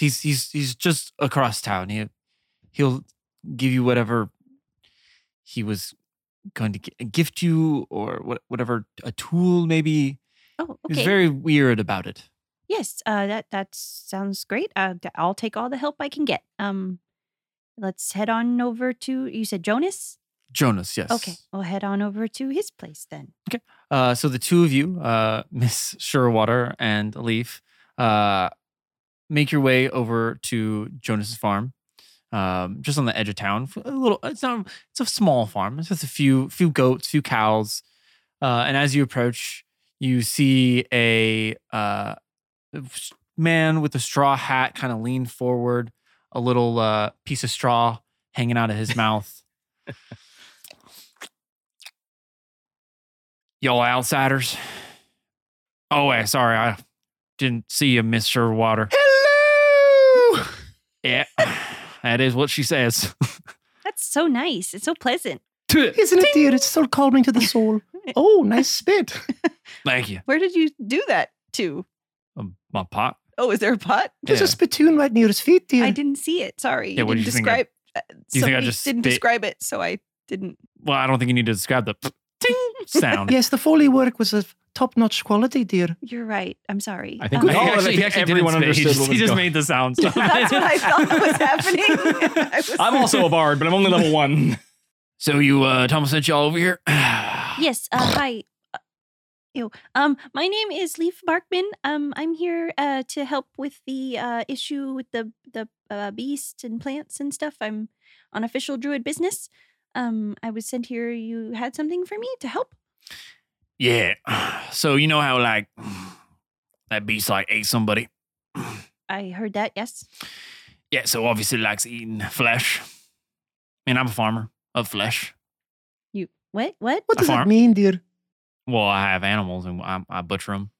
Speaker 2: he's he's he's just across town. He he'll give you whatever he was going to gi- gift you or what whatever a tool maybe.
Speaker 1: Oh,
Speaker 2: He's
Speaker 1: okay.
Speaker 2: very weird about it.
Speaker 1: yes, uh, that that sounds great. Uh, th- I'll take all the help I can get. Um, let's head on over to you said Jonas.
Speaker 2: Jonas, yes.
Speaker 1: Okay, we'll head on over to his place then.
Speaker 2: Uh, so the two of you, uh, Miss Surewater and Leaf, uh, make your way over to Jonas's farm, um, just on the edge of town. F- A little, it's not, it's a small farm. It's just a few, few goats, few cows. Uh, and as you approach, you see a uh, s- man with a straw hat kind of lean forward, a little uh, piece of straw hanging out of his mouth. Y'all outsiders. Oh, wait, sorry. I didn't see you, Miss Sherwater.
Speaker 3: Hello.
Speaker 2: Yeah, that is what she says.
Speaker 1: That's so nice. It's so pleasant.
Speaker 3: Isn't it dear? It's so calming to the soul. Oh, nice spit.
Speaker 2: Thank you.
Speaker 5: Where did you do that to?
Speaker 2: Um, my pot.
Speaker 5: Oh, is there a pot?
Speaker 3: There's
Speaker 2: Yeah.
Speaker 3: a spittoon right near his feet, dear.
Speaker 5: I didn't see it. Sorry.
Speaker 2: Yeah, what
Speaker 5: didn't
Speaker 2: did you think I-
Speaker 5: describe uh,
Speaker 2: you think I
Speaker 5: somebody
Speaker 2: just
Speaker 5: didn't
Speaker 2: spit?
Speaker 5: describe it, so I didn't
Speaker 2: Well, I don't think you need to describe the ting sound.
Speaker 3: Yes, the Foley work was of top-notch quality, dear.
Speaker 1: You're right. I'm sorry.
Speaker 4: I think
Speaker 1: Um,
Speaker 4: we all-
Speaker 2: He
Speaker 4: I think
Speaker 2: didn't
Speaker 4: everyone
Speaker 2: spit.
Speaker 4: understood
Speaker 2: He just,
Speaker 4: what
Speaker 2: he
Speaker 4: was
Speaker 2: just
Speaker 4: going-
Speaker 2: made the sound.
Speaker 5: That's what I thought was happening. I was-
Speaker 4: I'm also a bard, but I'm only level one.
Speaker 2: So you, uh, Thomas sent y'all over here?
Speaker 1: Yes. Uh, hi. Uh, Ew. Um, my name is Leaf Barkman. Um, I'm here uh, to help with the uh, issue with the the uh, beasts and plants and stuff. I'm on official druid business. Um, I was sent here. You had something for me to help.
Speaker 2: Yeah. So you know how, like, that beast, like, ate somebody?
Speaker 1: I heard that. Yes.
Speaker 2: Yeah, so obviously likes eating flesh. I mean, I'm a farmer of flesh.
Speaker 1: You what? What?
Speaker 2: A
Speaker 3: What does that
Speaker 2: farm?
Speaker 3: mean, dear?
Speaker 2: Well, I have animals and I, I butcher them.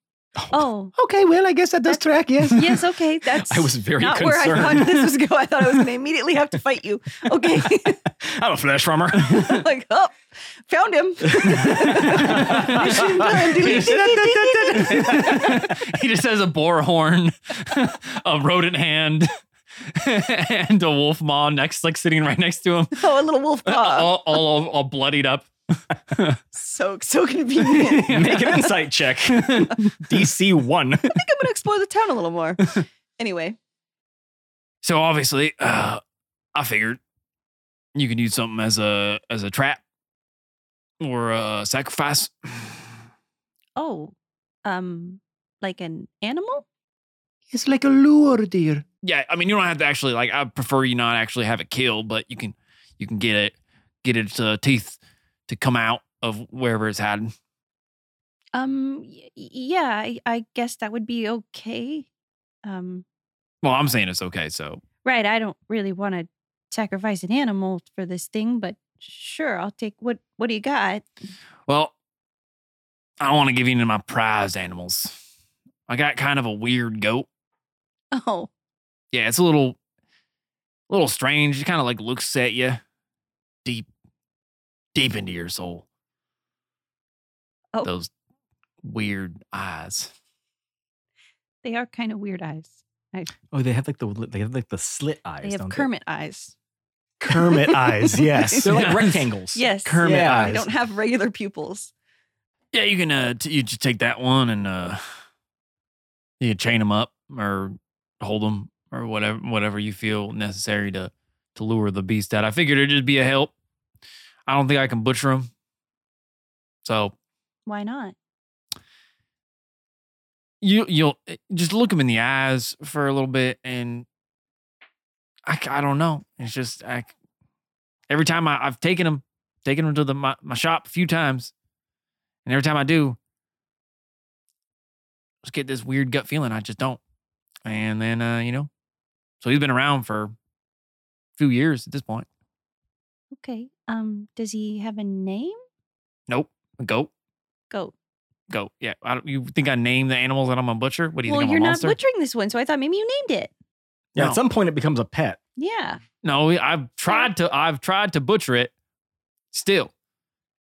Speaker 1: Oh.
Speaker 3: Okay, well, I guess that does track, yes.
Speaker 1: yes. Okay. That's.
Speaker 4: I was very
Speaker 5: not where
Speaker 4: concerned.
Speaker 5: I thought this was going. I thought I was going to immediately have to fight you. Okay.
Speaker 4: I'm a flesh farmer.
Speaker 5: like, oh, found him. Mission done. Dee, dee, dee, dee, dee, dee.
Speaker 2: he just has a boar horn, a rodent hand, and a wolf maw next, like sitting right next to him,
Speaker 5: Oh, a little wolf paw.
Speaker 2: all, all, all, all bloodied up.
Speaker 5: So so convenient. I'm
Speaker 4: Make an insight check. DC one.
Speaker 5: gonna explore the town a little more. Anyway,
Speaker 2: So obviously, uh, I figured you could use something as a as a trap or a sacrifice.
Speaker 1: Oh. Um. Like an animal.
Speaker 3: It's like a lure, dear.
Speaker 2: yeah i mean you don't have to actually like i prefer you not actually have it killed but you can you can get it get its uh, teeth to come out of wherever it's hiding
Speaker 1: Um. Y- y- yeah. I, I guess that would be okay. Um.
Speaker 2: well i'm saying it's okay so
Speaker 1: Right, I don't really want to sacrifice an animal for this thing, but sure, I'll take what what do you got?
Speaker 2: well i don't want to give you any of my prized animals i got kind of a weird goat
Speaker 1: Oh,
Speaker 2: yeah it's a little little strange it kind of like looks at you deep deep into your soul
Speaker 1: Oh.
Speaker 2: those weird eyes
Speaker 1: they are kind of weird eyes.
Speaker 4: Oh, they have like the they have like the slit eyes.
Speaker 1: they have Kermit eyes.
Speaker 8: Kermit eyes, yes.
Speaker 4: They're like
Speaker 2: Yes.
Speaker 4: rectangles.
Speaker 5: yes,
Speaker 8: Kermit
Speaker 4: Yeah.
Speaker 5: I
Speaker 8: eyes.
Speaker 5: don't have regular pupils.
Speaker 2: Yeah, you can. Uh, t- you just take that one and uh, you chain them up or hold them or whatever, whatever you feel necessary to to lure the beast out. I figured it'd just be a help. I don't think I can butcher them, so
Speaker 1: Why not?
Speaker 2: you you'll eh, just look them in the eyes for a little bit, and I c- I don't know. It's just I c- every time I, I've taken them, taken them to the my, my shop a few times, and every time I do, just get this weird gut feeling. I just don't. And then, uh, you know, so he's been around for a few years at this point.
Speaker 1: Okay. Um, does he have a name?
Speaker 2: Nope. A goat.
Speaker 1: Goat.
Speaker 2: Goat. Yeah. I don't, you think I name the animals that I'm a butcher? What do you
Speaker 1: well,
Speaker 2: think? I'm
Speaker 1: you're
Speaker 2: a
Speaker 1: not
Speaker 2: monster?
Speaker 1: butchering this one, so I thought maybe you named it.
Speaker 4: Yeah,
Speaker 2: No.
Speaker 4: at some point it becomes a pet.
Speaker 1: Yeah.
Speaker 2: No, I've tried to I've tried to butcher it. Still,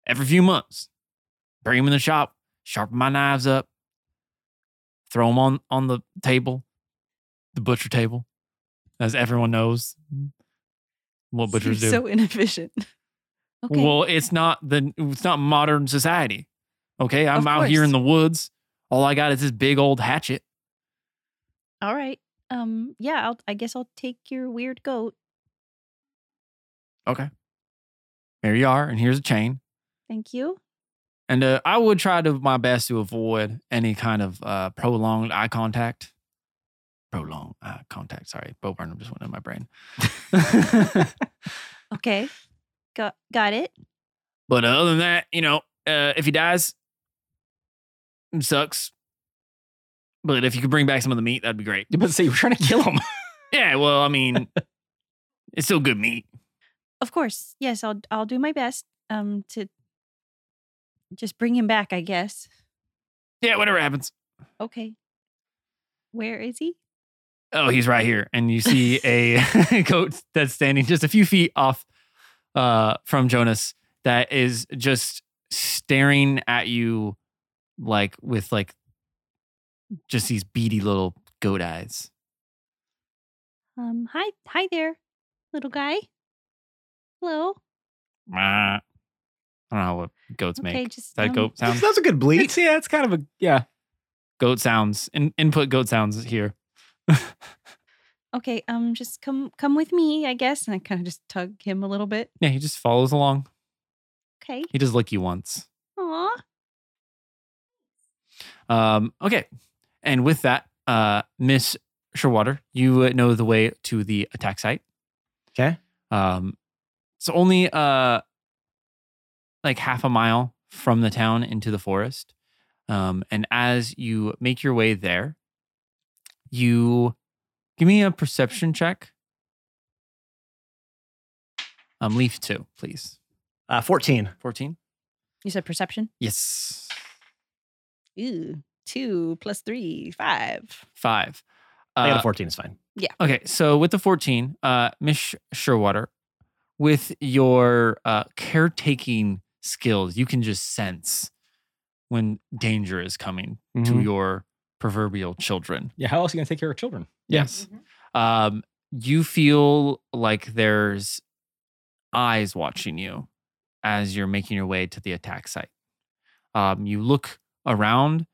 Speaker 2: every few months, bring them in the shop, sharpen my knives up, throw them on on the table, the butcher table, as everyone knows what butchers do.
Speaker 5: Seems so inefficient.
Speaker 1: Okay.
Speaker 2: Well, it's not the it's not modern society. Okay, I'm
Speaker 5: Of
Speaker 2: out here
Speaker 5: course.
Speaker 2: in the woods. All I got is this big old hatchet.
Speaker 1: All right. Um, yeah, I'll, I guess I'll take your weird goat.
Speaker 2: Here you are, and here's a chain.
Speaker 1: Thank you.
Speaker 2: And uh, I would try to my best to avoid any kind of uh, prolonged eye contact. Prolonged eye contact. Sorry, Bo Burnham just went in my brain.
Speaker 1: Okay. Got got it.
Speaker 2: but uh, other than that, you know, uh, if he dies, it sucks. But if you could bring back some of the meat, that'd be great.
Speaker 4: But say you're trying to kill him.
Speaker 2: Yeah, well, I mean, it's still good meat.
Speaker 1: Of course. Yes, I'll I'll do my best um to just bring him back, I guess.
Speaker 2: Yeah, whatever happens.
Speaker 1: Okay. Where is he?
Speaker 2: Oh, he's right here, and you see a goat that's standing just a few feet off uh, from Jonas that is just staring at you, like with like just these beady little goat eyes.
Speaker 1: Um hi hi there, little guy. Hello.
Speaker 2: Meh. I don't know what goats
Speaker 1: Okay,
Speaker 2: make.
Speaker 1: just
Speaker 2: Is that
Speaker 1: um,
Speaker 2: goat sounds.
Speaker 3: That's a good bleat.
Speaker 4: It's, yeah, it's kind of a yeah.
Speaker 2: Goat sounds. In- input goat sounds here.
Speaker 1: Okay, um just come come with me, I guess, and I kind of just tug him a little bit.
Speaker 2: Yeah, he just follows along.
Speaker 1: Okay.
Speaker 2: He does lick you once.
Speaker 1: Aw.
Speaker 2: Um, okay. And with that, uh, Miss Sherwater, you uh, know the way to the attack site.
Speaker 3: Okay.
Speaker 2: Um, it's only uh, like half a mile from the town into the forest. Um, and as you make your way there, you give me a perception check. Um, leaf two, please.
Speaker 3: Uh, 14.
Speaker 2: 14?
Speaker 1: You said perception?
Speaker 2: Yes.
Speaker 5: Ew. Two plus three, five.
Speaker 2: Five.
Speaker 3: I got
Speaker 2: Uh,
Speaker 3: a 14. It's fine.
Speaker 2: Okay, so with the 14, uh, Miss Sherwater, with your uh, caretaking skills, you can just sense when danger is coming to
Speaker 4: Mhm.
Speaker 2: your proverbial children.
Speaker 4: Yeah, how else are you gonna take care of children?
Speaker 2: Yes.
Speaker 5: Mm-hmm.
Speaker 2: Um, you feel like there's eyes watching you as you're making your way to the attack site. Um, you look around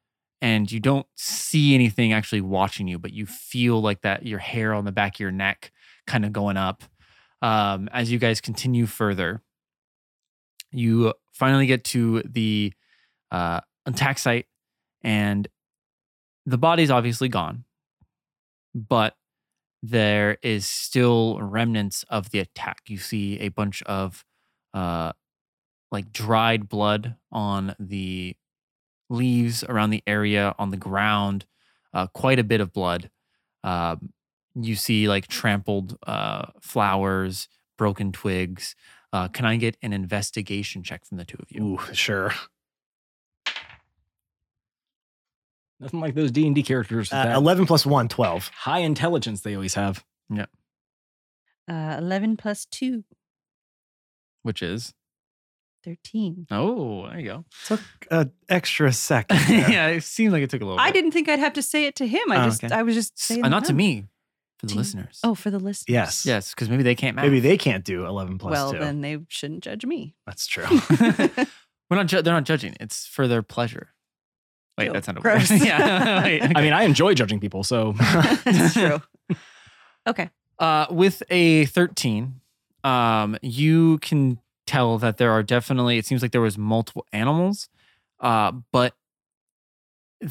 Speaker 2: and you don't see anything actually watching you, but you feel like that your hair on the back of your neck kind of going up. Um, as you guys continue further, you finally get to the uh, attack site, and the body's obviously gone, but there is still remnants of the attack. You see a bunch of uh, like dried blood on the leaves around the area on the ground, uh, quite a bit of blood. Um, you see like trampled uh, flowers, broken twigs. Uh, can I get an investigation check from the two of you?
Speaker 3: Ooh, sure.
Speaker 4: Nothing like those D and D characters with
Speaker 3: Uh,
Speaker 4: that
Speaker 3: 11 plus 1, 12.
Speaker 4: high intelligence they always have.
Speaker 1: Uh eleven plus two.
Speaker 2: Which is
Speaker 1: Thirteen.
Speaker 2: oh, there you go.
Speaker 8: Took an extra second. there.
Speaker 2: yeah, it seemed like it took a little.
Speaker 5: I
Speaker 2: bit.
Speaker 5: didn't think I'd have to say it to him. I
Speaker 3: Oh,
Speaker 5: just,
Speaker 3: okay.
Speaker 5: I was just
Speaker 2: S-
Speaker 5: saying.
Speaker 2: uh,
Speaker 5: it
Speaker 2: not to
Speaker 5: out.
Speaker 2: me, for the
Speaker 5: To you.
Speaker 2: listeners.
Speaker 1: Oh, for the listeners.
Speaker 3: Yes.
Speaker 2: yes, because maybe they can't math.
Speaker 3: Maybe they can't do 11 plus
Speaker 5: well,
Speaker 3: 2.
Speaker 5: then they shouldn't judge me.
Speaker 3: That's true.
Speaker 2: We're not. Ju- they're not judging. It's for their pleasure. Wait,
Speaker 5: Ew,
Speaker 2: that's not a
Speaker 5: gross.
Speaker 2: word. yeah. Wait,
Speaker 4: I mean, I enjoy judging people, so
Speaker 5: That's true.
Speaker 2: Uh, with a 13, um, you can tell that there are definitely, it seems like there was multiple animals, uh, but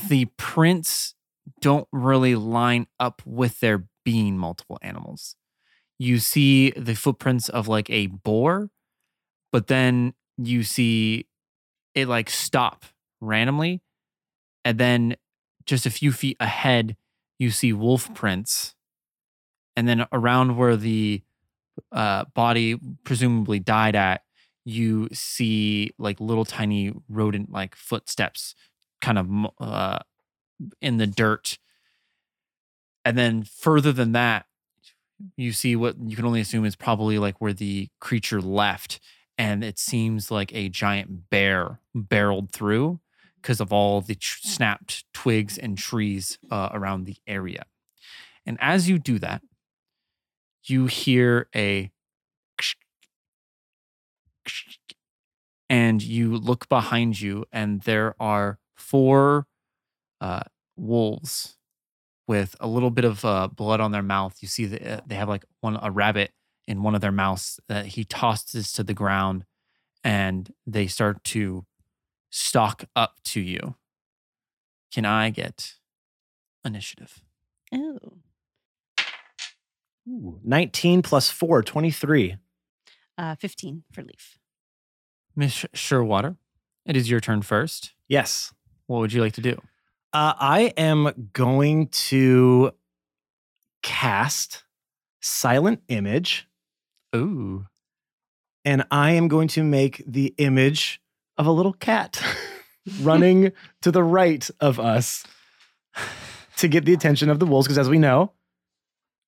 Speaker 2: the prints don't really line up with there being multiple animals. You see the footprints of like a boar, but then you see it like stop randomly. And then just a few feet ahead, you see wolf prints, and then around where the uh, body presumably died at, you see like little tiny rodent like footsteps, kind of uh, in the dirt. And then further than that, you see what you can only assume is probably like where the creature left. And it seems like a giant bear barreled through because of all the tr- snapped twigs and trees uh, around the area. And as you do that, you hear a and you look behind you, and there are four uh, wolves with a little bit of uh, blood on their mouth. You see that uh, they have like one a rabbit in one of their mouths that he tosses to the ground, and they start to stalk up to you. Can I get initiative?
Speaker 1: Oh.
Speaker 3: Ooh, 19 plus 4, 23.
Speaker 1: Uh, 15 for Leaf.
Speaker 2: Miss Sherwater, it is your turn first.
Speaker 3: Yes.
Speaker 2: What would you like to do?
Speaker 3: Uh, I am going to cast Silent Image,
Speaker 2: Ooh.
Speaker 3: and I am going to make the image of a little cat running to the right of us to get the attention of the wolves. Because as we know,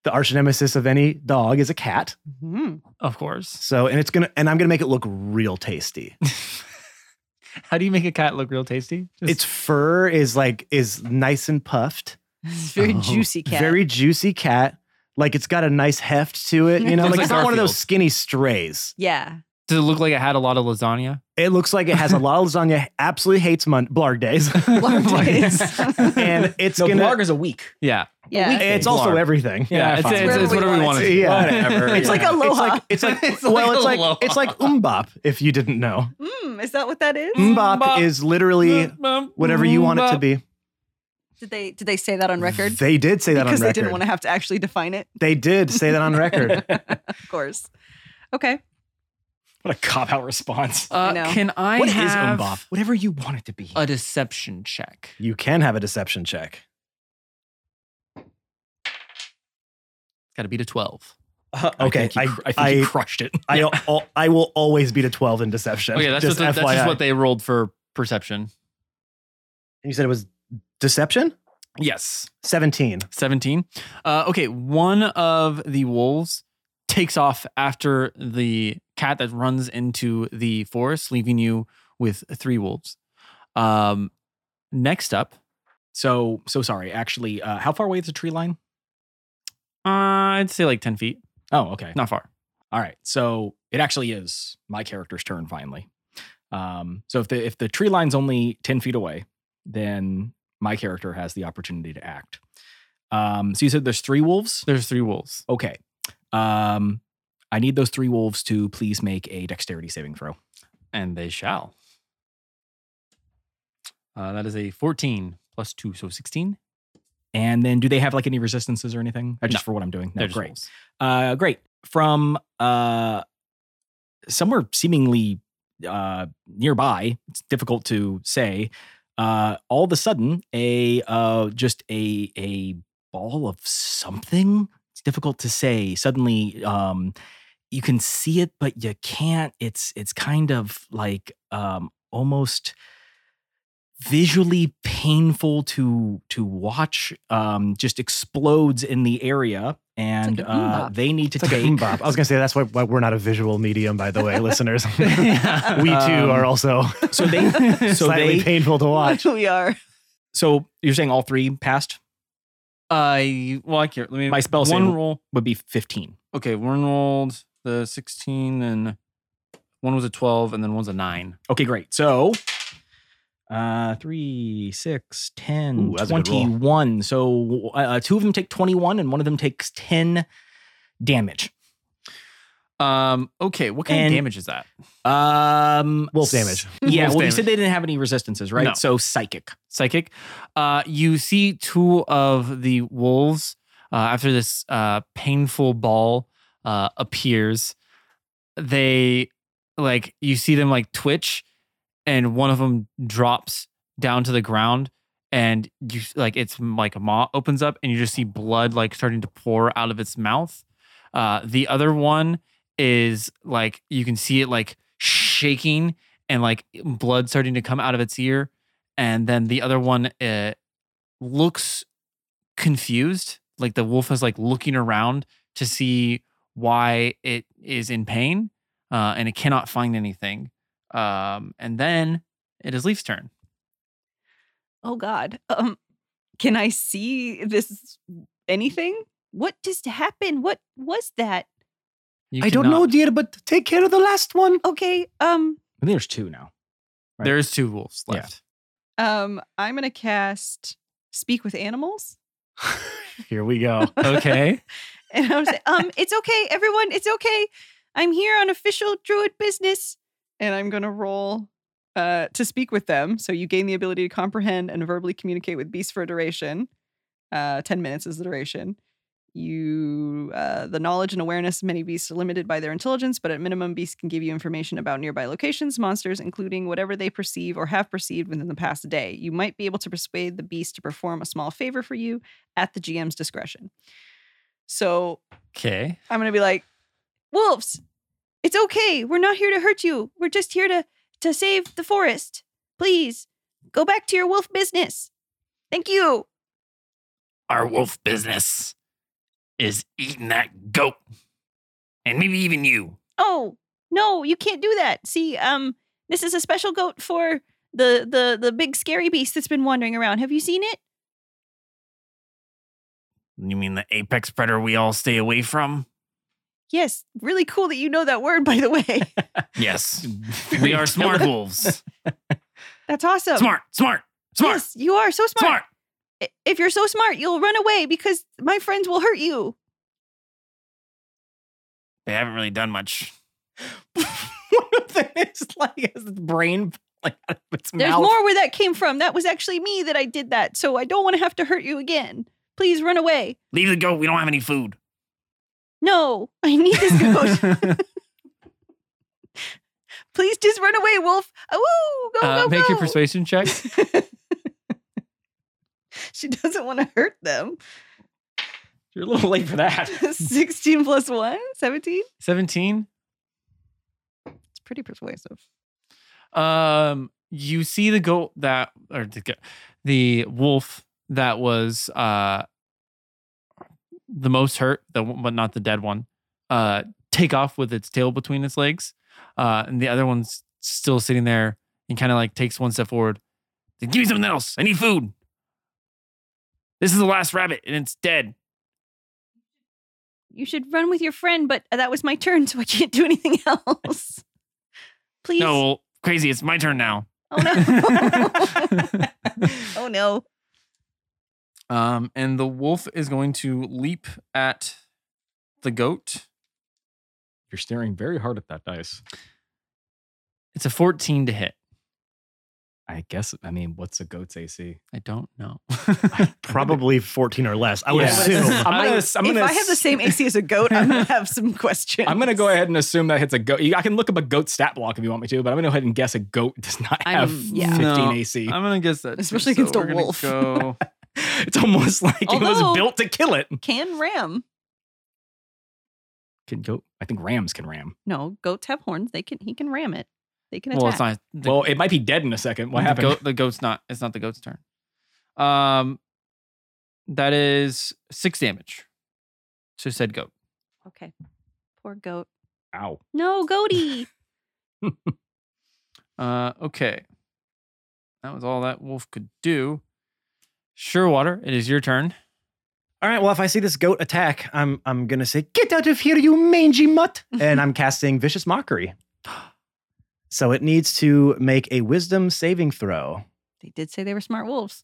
Speaker 3: the arch nemesis of any dog is a cat.
Speaker 5: Mm-hmm.
Speaker 2: Of course.
Speaker 3: So, and it's gonna, and I'm gonna make it look real tasty.
Speaker 2: How do you make a cat look real tasty? Just-
Speaker 3: Its fur is like is nice and puffed.
Speaker 6: It's very
Speaker 2: Oh,
Speaker 6: juicy cat.
Speaker 3: Very juicy cat. Like it's got a nice heft to it. You
Speaker 2: Sounds
Speaker 3: know, like,
Speaker 2: like
Speaker 3: it's not one of
Speaker 2: Garfield.
Speaker 3: those skinny strays.
Speaker 6: yeah.
Speaker 2: does it look like it had a lot of lasagna?
Speaker 3: It looks like it has a lot of lasagna, absolutely hates mon- blarg days.
Speaker 6: Blarg days.
Speaker 3: and it's
Speaker 4: No,
Speaker 3: gonna
Speaker 4: Blarg is a week.
Speaker 2: Yeah.
Speaker 6: Yeah.
Speaker 3: it's also
Speaker 2: Blarg.
Speaker 3: everything.
Speaker 4: Yeah,
Speaker 2: it's,
Speaker 4: fine.
Speaker 2: it's, it's whatever we want to
Speaker 3: Yeah.
Speaker 2: Whatever.
Speaker 3: It's
Speaker 2: yeah.
Speaker 6: like aloha.
Speaker 3: It's like it's
Speaker 2: It's
Speaker 3: like
Speaker 2: like
Speaker 3: well, it's like
Speaker 2: aloha.
Speaker 3: it's like umbop, if you didn't know.
Speaker 6: Mm, is that what that is?
Speaker 3: Umbop,
Speaker 2: Umbop.
Speaker 3: is literally whatever you want it to be.
Speaker 6: Did they did they say that on record?
Speaker 3: They did say that
Speaker 6: because
Speaker 3: on
Speaker 6: they
Speaker 3: record.
Speaker 6: didn't want to have to actually define it,
Speaker 3: They did say that on record.
Speaker 6: of course. Okay.
Speaker 4: What a cop out response.
Speaker 2: Uh,
Speaker 6: I know.
Speaker 2: Can I
Speaker 4: What is
Speaker 2: have
Speaker 4: Umbop? Whatever you want it to be.
Speaker 2: a deception check?
Speaker 3: you can have a deception check.
Speaker 2: Got to beat a 12.
Speaker 4: Uh,
Speaker 3: okay,
Speaker 4: I think, he, cr-
Speaker 3: I-
Speaker 4: I think he
Speaker 3: I-
Speaker 4: crushed it.
Speaker 3: I al- I will always beat a 12 in deception.
Speaker 2: Okay, that's just,
Speaker 3: just
Speaker 2: what,
Speaker 3: FYI.
Speaker 2: that's just what they rolled for perception.
Speaker 3: you said it was deception?
Speaker 2: Yes.
Speaker 3: 17.
Speaker 2: 17. Uh, okay, one of the wolves takes off after the cat that runs into the forest, leaving you with three wolves. Um, next up,
Speaker 4: So so sorry. Actually, uh, how far away is the tree line?
Speaker 2: uh, I'd say like 10 feet,
Speaker 4: Oh, okay.
Speaker 2: not far.
Speaker 4: All right. So it actually is my character's turn finally. Um, so if the if the tree line's only ten feet away, then my character has the opportunity to act. Um, so you said there's three wolves.
Speaker 2: There's three wolves.
Speaker 4: Okay. Um, I need those three wolves to please make a dexterity saving throw.
Speaker 2: And they shall. Uh, that is a 14 plus 2, so 16.
Speaker 4: And then do they have like any resistances or anything? Uh,
Speaker 2: No.
Speaker 4: Just for what I'm doing. No,
Speaker 2: They're just
Speaker 4: great.
Speaker 2: wolves.
Speaker 4: Uh, great. From uh, somewhere seemingly uh, nearby, it's difficult to say. Uh, all of a sudden, a uh, just a a ball of something. It's difficult to say. Suddenly, um, you can see it, but you can't. It's it's kind of like um, almost visually painful to to watch um just explodes in the area and
Speaker 6: an
Speaker 4: uh
Speaker 6: oom-bop.
Speaker 4: they need to
Speaker 3: It's like
Speaker 4: take
Speaker 3: a umbop. I was going to say that's why, why we're not a visual medium, by the way, listeners. we too
Speaker 2: Yeah.
Speaker 4: Um,
Speaker 3: are also
Speaker 4: so they so
Speaker 3: slightly
Speaker 4: they
Speaker 3: painful to watch.
Speaker 6: we are.
Speaker 4: so you're saying all three passed
Speaker 2: I, well, I can't. Let me,
Speaker 4: My spell
Speaker 2: one
Speaker 4: save-
Speaker 2: roll.
Speaker 4: would be 15
Speaker 2: Okay, one rolled the 16 and one was a 12 and then one's a 9.
Speaker 4: okay great so uh 3 6 10
Speaker 3: Ooh, that's a good roll.
Speaker 4: 21 so uh, two of them take 21 and one of them takes 10 damage
Speaker 2: Um. Okay. What kind
Speaker 4: And-
Speaker 2: of damage is that?
Speaker 4: um
Speaker 3: Wolf
Speaker 4: s-
Speaker 3: damage.
Speaker 4: yeah
Speaker 2: Wolf
Speaker 4: well you
Speaker 2: damage.
Speaker 4: said they didn't have any resistances right
Speaker 2: No.
Speaker 4: so psychic
Speaker 2: Psychic. Uh, you see two of the wolves uh, after this uh, painful ball uh, appears. They like you see them like twitch, and one of them drops down to the ground, and you like it's like a maw opens up and you just see blood like starting to pour out of its mouth. Uh, the other one is like you can see it like shaking and like blood starting to come out of its ear, and then the other one uh, looks confused, like the wolf is like looking around to see why it is in pain, uh, and it cannot find anything. Um, and then it is Leaf's turn.
Speaker 5: Oh God. Um, can I see this anything?
Speaker 1: What just happened? What was that?
Speaker 2: You
Speaker 3: I don't
Speaker 2: cannot-
Speaker 3: know, dear, but take care of the last one.
Speaker 1: Okay, um,
Speaker 4: I think there's two now. right?
Speaker 2: There's two wolves
Speaker 4: Yeah.
Speaker 2: left.
Speaker 5: Um, I'm gonna cast Speak with Animals.
Speaker 3: Here we go.
Speaker 2: Okay.
Speaker 1: and I was like, um, it's okay, everyone, it's okay. I'm here on official druid business.
Speaker 5: and I'm going to roll uh, to speak with them. So you gain the ability to comprehend and verbally communicate with beasts for a duration. Uh, Ten minutes is the duration. You, uh, the knowledge and awareness of many beasts are limited by their intelligence, but at minimum, beasts can give you information about nearby locations, monsters, including whatever they perceive or have perceived within the past day. You might be able to persuade the beast to perform a small favor for you at the GM's discretion. So
Speaker 2: okay.
Speaker 5: I'm going to be like,
Speaker 1: Wolves, it's okay. We're not here to hurt you. We're just here to to save the forest. Please go back to your wolf business. Thank you.
Speaker 2: Our wolf business is eating that goat and maybe even you.
Speaker 1: Oh no, you can't do that. See, um, this is a special goat for the the the big scary beast that's been wandering around. Have you seen it?
Speaker 2: You mean the apex predator we all stay away from?
Speaker 5: yes, really cool that you know that word, by the way.
Speaker 2: Yes. we are smart wolves.
Speaker 5: That's awesome.
Speaker 2: Smart, smart, smart,
Speaker 1: Yes, you are so smart.
Speaker 2: smart.
Speaker 1: I- If you're so smart, you'll run away because my friends will hurt you.
Speaker 2: They haven't really done much.
Speaker 4: One of them is like his brain like out of its
Speaker 1: There's
Speaker 4: mouth.
Speaker 1: more where that came from. That was actually me that I did that. So I don't want to have to hurt you again. Please run away.
Speaker 2: Leave the goat. We don't have any food.
Speaker 1: No, I need this goat. Please just run away, wolf. Oh, go,
Speaker 2: Uh,
Speaker 1: go,
Speaker 2: make
Speaker 1: go.
Speaker 2: your persuasion check.
Speaker 5: she doesn't want to hurt them.
Speaker 4: You're a little late for that.
Speaker 5: 16 plus 1, 17.
Speaker 2: 17.
Speaker 5: It's pretty persuasive.
Speaker 2: Um, you see the goat that, or the, go- the wolf that was uh the most hurt, the one- but not the dead one. Uh, take off with its tail between its legs, uh, and the other one's still sitting there and kind of like takes one step forward. Then give me something else. I need food. This is the last rabbit, and it's dead.
Speaker 1: You should run with your friend, but that was my turn, so I can't do anything else. Please.
Speaker 2: No, well, crazy. It's my turn now.
Speaker 1: Oh, no. oh, no.
Speaker 2: Um, and the wolf is going to leap at the goat.
Speaker 4: You're staring very hard at that dice.
Speaker 2: It's a 14 to hit.
Speaker 4: I guess. I mean, what's a goat's AC?
Speaker 2: I don't know.
Speaker 3: Probably 14 or less. I would
Speaker 4: Yeah.
Speaker 3: assume.
Speaker 4: I'm gonna. I'm
Speaker 5: if
Speaker 4: gonna.
Speaker 5: I have the same AC as a goat, I'm going to have some questions.
Speaker 4: I'm gonna go ahead and assume that hits a goat. I can look up a goat stat block if you want me to, but I'm gonna go ahead and guess a goat does not have
Speaker 5: I'm- yeah.
Speaker 4: 15
Speaker 2: No.
Speaker 4: AC.
Speaker 2: I'm gonna guess that too.
Speaker 5: Especially against
Speaker 2: So
Speaker 5: a
Speaker 2: we're gonna
Speaker 5: wolf.
Speaker 2: Go,
Speaker 4: it's almost like it
Speaker 5: Although-
Speaker 4: was built to kill it.
Speaker 5: Can ram.
Speaker 4: Can goat? I think rams can ram.
Speaker 5: No, goats have horns. They can he can ram it. They can attack.
Speaker 2: well, it's not. The,
Speaker 4: well, it might be dead in a second. What
Speaker 2: the
Speaker 4: happened?
Speaker 2: goat- the goat's not. It's not the goat's turn. Um, that is six damage to said goat.
Speaker 1: Okay. Poor goat.
Speaker 4: Ow.
Speaker 1: No, goaty.
Speaker 2: Uh, okay. That was all that wolf could do. Surewater, it is your turn.
Speaker 3: All right. Well, if I see this goat attack, I'm I'm gonna say, "Get out of here, you mangy mutt!" And I'm casting vicious mockery. So it needs to make a wisdom saving throw.
Speaker 5: they did say they were smart wolves.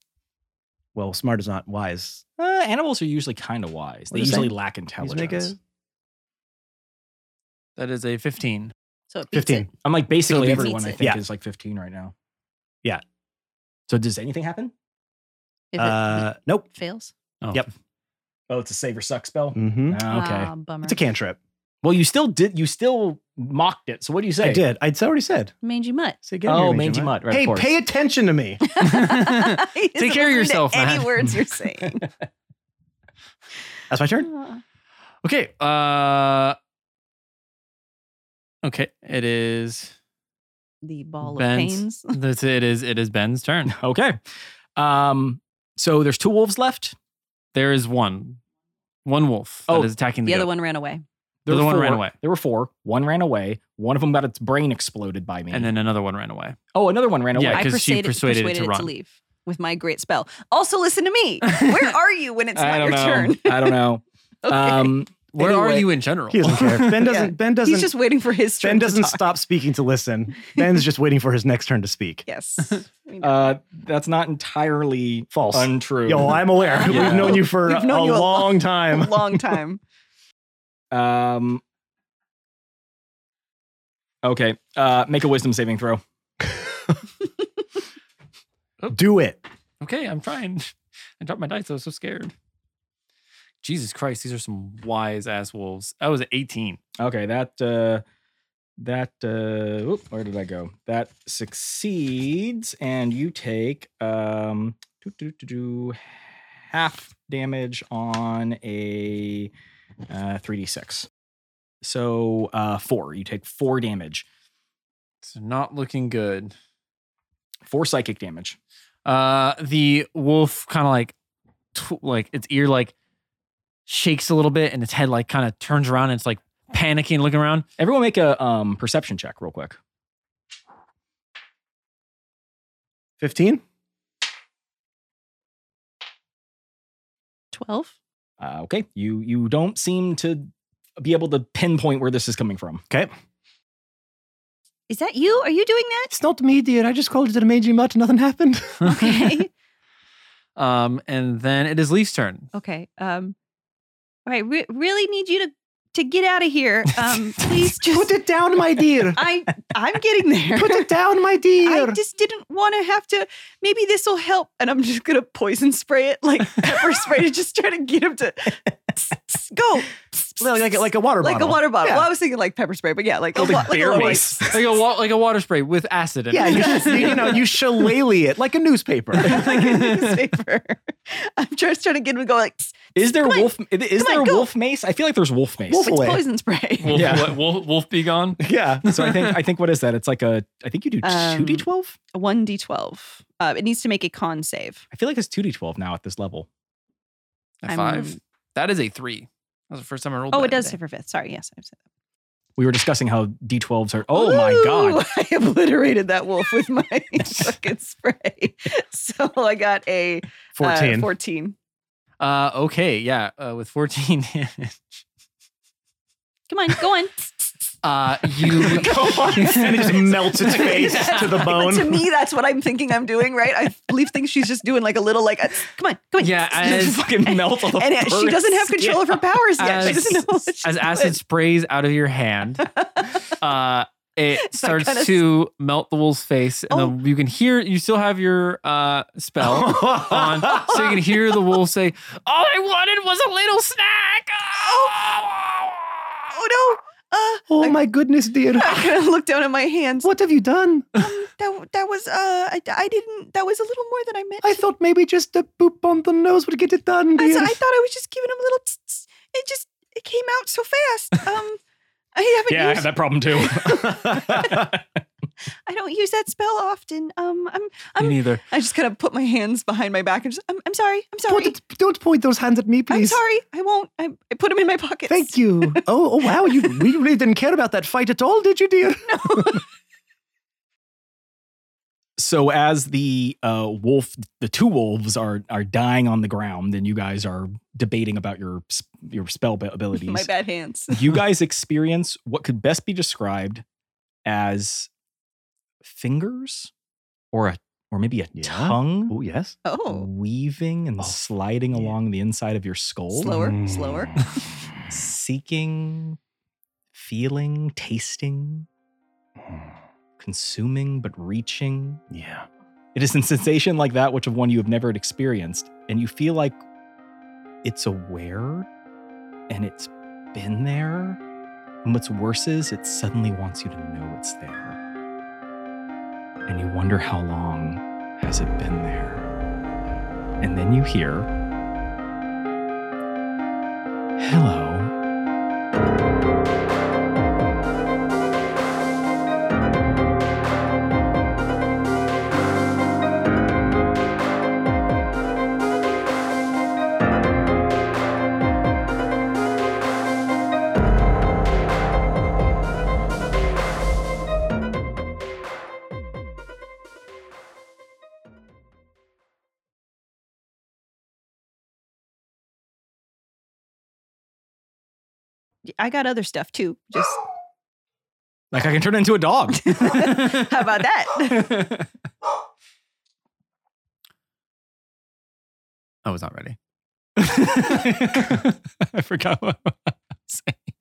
Speaker 3: Well, smart is not wise.
Speaker 4: Uh, animals are usually kind of wise.
Speaker 3: What
Speaker 4: They
Speaker 3: is that?
Speaker 4: usually lack
Speaker 3: Please make
Speaker 4: intelligence.
Speaker 3: a-
Speaker 2: That is a 15.
Speaker 5: So it beats
Speaker 3: Fifteen.
Speaker 5: it.
Speaker 4: I'm like basically
Speaker 3: So it
Speaker 4: everyone.
Speaker 5: beats
Speaker 4: I
Speaker 5: it.
Speaker 4: think
Speaker 3: Yeah.
Speaker 4: is like 15 right now.
Speaker 3: Yeah.
Speaker 4: So does anything happen?
Speaker 5: If it
Speaker 3: Uh, nope.
Speaker 5: fails.
Speaker 2: Oh.
Speaker 3: Yep.
Speaker 4: Oh, it's a save or suck spell.
Speaker 3: hmm
Speaker 4: Ah, okay.
Speaker 5: Ah, bummer.
Speaker 3: It's a cantrip.
Speaker 4: Well, you still did. You still mocked it. So what do you say?
Speaker 8: I did. I'd already said.
Speaker 1: Mangy mutt.
Speaker 8: Say again.
Speaker 4: Oh, Mangy Mutt. Right,
Speaker 3: hey,
Speaker 4: of course.
Speaker 3: pay attention to me.
Speaker 5: Take
Speaker 2: Take care of yourself,
Speaker 5: Any
Speaker 2: Matt.
Speaker 5: words you're saying.
Speaker 3: That's my turn.
Speaker 1: Ah.
Speaker 2: Okay. Uh Okay, it is
Speaker 1: The ball
Speaker 2: Ben's-
Speaker 1: of pains.
Speaker 2: that's it is it is Ben's turn.
Speaker 4: Okay. Um, so there's two wolves left.
Speaker 2: There is one. One wolf
Speaker 4: Oh,
Speaker 2: that is attacking the,
Speaker 1: The other
Speaker 2: goat.
Speaker 1: one ran away.
Speaker 4: There
Speaker 2: The
Speaker 4: were
Speaker 2: other one ran
Speaker 4: four.
Speaker 2: away.
Speaker 4: There were four. One ran away. One of them got its brain exploded by me.
Speaker 2: and then another one ran away.
Speaker 4: oh, another one ran
Speaker 2: Yeah,
Speaker 4: away.
Speaker 2: I-
Speaker 5: I
Speaker 2: 'cause she
Speaker 5: persuaded,
Speaker 2: persuaded it
Speaker 5: persuaded
Speaker 2: to
Speaker 5: it, to,
Speaker 2: run.
Speaker 5: leave with my great spell. Also, listen to me. Where are you when it's not your turn?
Speaker 4: I don't know.
Speaker 5: Okay.
Speaker 4: Um,
Speaker 2: Where
Speaker 4: Anyway.
Speaker 2: are you in general?
Speaker 8: He doesn't care. Ben doesn't.
Speaker 5: Yeah.
Speaker 8: Ben doesn't.
Speaker 5: He's just waiting for his turn.
Speaker 8: ben
Speaker 5: to
Speaker 8: doesn't
Speaker 5: talk.
Speaker 8: stop speaking to listen. Ben's just waiting for his next turn to speak.
Speaker 5: Yes. We know.
Speaker 4: uh, that's not entirely
Speaker 8: False.
Speaker 4: untrue.
Speaker 8: Yo, I'm aware.
Speaker 4: Yeah.
Speaker 8: We've known you for
Speaker 5: We've known
Speaker 8: a
Speaker 5: you a
Speaker 8: long time.
Speaker 5: A long time.
Speaker 4: um, okay. Uh, make a wisdom saving throw.
Speaker 8: Do it.
Speaker 2: Okay, I'm trying. I dropped my dice. I was so scared. Jesus Christ, these are some wise ass wolves. I was at 18.
Speaker 4: Okay, that uh that uh oop, where did I go? That succeeds and you take um do, do, do, do, half damage on a uh 3d6. So uh 4, you take 4 damage.
Speaker 2: It's not looking good.
Speaker 4: 4 psychic damage.
Speaker 2: Uh the wolf kind of like tw- like its ear like shakes a little bit and its head like kind of turns around and it's like panicking looking around.
Speaker 4: Everyone make a um perception check real quick.
Speaker 8: Fifteen.
Speaker 1: 12.
Speaker 4: Uh, okay, you you don't seem to be able to pinpoint where this is coming from.
Speaker 1: Is that you? Are you doing that?
Speaker 8: It's not me, dude. I just called it an amazing mutt. Nothing happened.
Speaker 1: Okay.
Speaker 2: um and then it is Leaf's turn.
Speaker 1: okay. Um, all right. Re- really need you to, to get out of here. Um, please
Speaker 8: Put
Speaker 1: just.
Speaker 8: it down, my dear.
Speaker 1: I, I'm getting there.
Speaker 8: Put it down, my dear.
Speaker 5: I just didn't want to have to. Maybe this will help. And I'm just going to poison spray it, like pepper spray to just try to get him to tss, tss, go. Tss,
Speaker 8: like, like, a- like a water
Speaker 5: like
Speaker 8: bottle.
Speaker 5: a water bottle.
Speaker 8: Yeah.
Speaker 5: Well, I was thinking like pepper spray, but yeah, like, a, wa- like a
Speaker 4: beer
Speaker 5: water
Speaker 4: mace.
Speaker 5: bottle.
Speaker 2: Like a wa- like a water spray with acid in
Speaker 8: Yeah,
Speaker 2: it.
Speaker 8: you, you, you know, you shillelagh it like a newspaper.
Speaker 5: like a newspaper. I'm just trying to get him to go like tss,
Speaker 4: Is there
Speaker 5: Come on.
Speaker 4: wolf is
Speaker 5: Come
Speaker 4: there
Speaker 5: on, go.
Speaker 4: wolf mace? I feel like there's wolf mace.
Speaker 8: Wolf
Speaker 5: it's
Speaker 8: away.
Speaker 5: poison spray.
Speaker 2: Wolf,
Speaker 4: Yeah.
Speaker 2: what, wolf, wolf be gone.
Speaker 8: Yeah.
Speaker 4: so I think I think what is that? It's like a I think you do two
Speaker 5: Um,
Speaker 4: d twelve.
Speaker 5: One d twelve. Uh, it needs to make a con save.
Speaker 4: I feel like it's two d twelve now at this level.
Speaker 2: A
Speaker 5: I'm-
Speaker 2: five. That is a three. That was the first time I rolled.
Speaker 5: Oh,
Speaker 2: that
Speaker 5: it does
Speaker 2: today.
Speaker 5: save for fifth. Sorry, yes, I've said that.
Speaker 4: We were discussing how d twelves are. Oh my
Speaker 5: Ooh,
Speaker 4: god!
Speaker 5: I obliterated that wolf with my fucking spray. So I got a uh,
Speaker 8: 14.
Speaker 5: 14.
Speaker 2: Uh, okay, yeah. Uh, with fourteen,
Speaker 1: Come on. Go on.
Speaker 2: uh, you
Speaker 8: and it just melts its face to the
Speaker 5: But to
Speaker 8: bone.
Speaker 5: me, that's what I'm thinking I'm doing, right? I believe thinks she's just doing like a little like, a, come on, come on.
Speaker 2: yeah. As
Speaker 4: fucking melt all the
Speaker 5: And it, she
Speaker 4: fur.
Speaker 5: doesn't have control of her powers yet. she
Speaker 2: As-
Speaker 5: doesn't know what she's
Speaker 2: as acid sprays out of your hand, uh, it starts to melt the wolf's face,
Speaker 5: Oh.
Speaker 2: and the, you can hear. You still have your uh spell
Speaker 5: Oh.
Speaker 2: on, so you can hear the wolf say, "All I wanted was a little snack."
Speaker 5: Oh no! Uh,
Speaker 8: Oh my goodness, dear.
Speaker 5: I kind of look down at my hands.
Speaker 8: What have you done?
Speaker 5: That that was uh, I, I didn't. That was a little more than I meant.
Speaker 8: I thought maybe just a boop on the nose would get it done,
Speaker 5: I,
Speaker 8: dear.
Speaker 5: thought- I thought I was just giving him a little. Tss, tss. It just it came out so fast. Um, I haven't.
Speaker 4: Yeah, I
Speaker 5: used,
Speaker 4: have that problem too.
Speaker 5: I don't use that spell often. Um, I'm.
Speaker 2: Me
Speaker 5: I'm
Speaker 2: neither.
Speaker 5: I just kind of put my hands behind my back and just. I'm, I'm sorry. I'm
Speaker 8: Put
Speaker 5: sorry.
Speaker 8: it- don't point those hands at me,
Speaker 5: e- I'm
Speaker 8: please.
Speaker 5: sorry. I won't. I, I put them in my pockets.
Speaker 8: Thank you. Oh, oh wow. You we really didn't care about that fight at all, did you, dear?
Speaker 4: so as the uh, wolf, the two wolves are are dying on the ground, and you guys are debating about your s- your spell bi- abilities.
Speaker 5: My bad hands.
Speaker 4: you guys experience what could best be described as fingers or a or maybe a
Speaker 8: Yeah.
Speaker 4: tongue
Speaker 8: Oh, yes.
Speaker 5: Oh,
Speaker 4: weaving and sliding
Speaker 8: yeah.
Speaker 4: along the inside of your skull
Speaker 5: slower,
Speaker 8: Hmm.
Speaker 5: slower.
Speaker 4: seeking feeling tasting consuming but reaching
Speaker 8: Yeah.
Speaker 4: it is a sensation like that which of one you have never experienced and you feel like it's aware and it's been there And what's worse is it suddenly wants you to know it's there. And you wonder how long has it been there? And then you hear Hello.
Speaker 5: I got other stuff too. Just
Speaker 4: Like I can turn into a dog.
Speaker 5: how about that?
Speaker 2: I was not ready. I forgot what I was saying.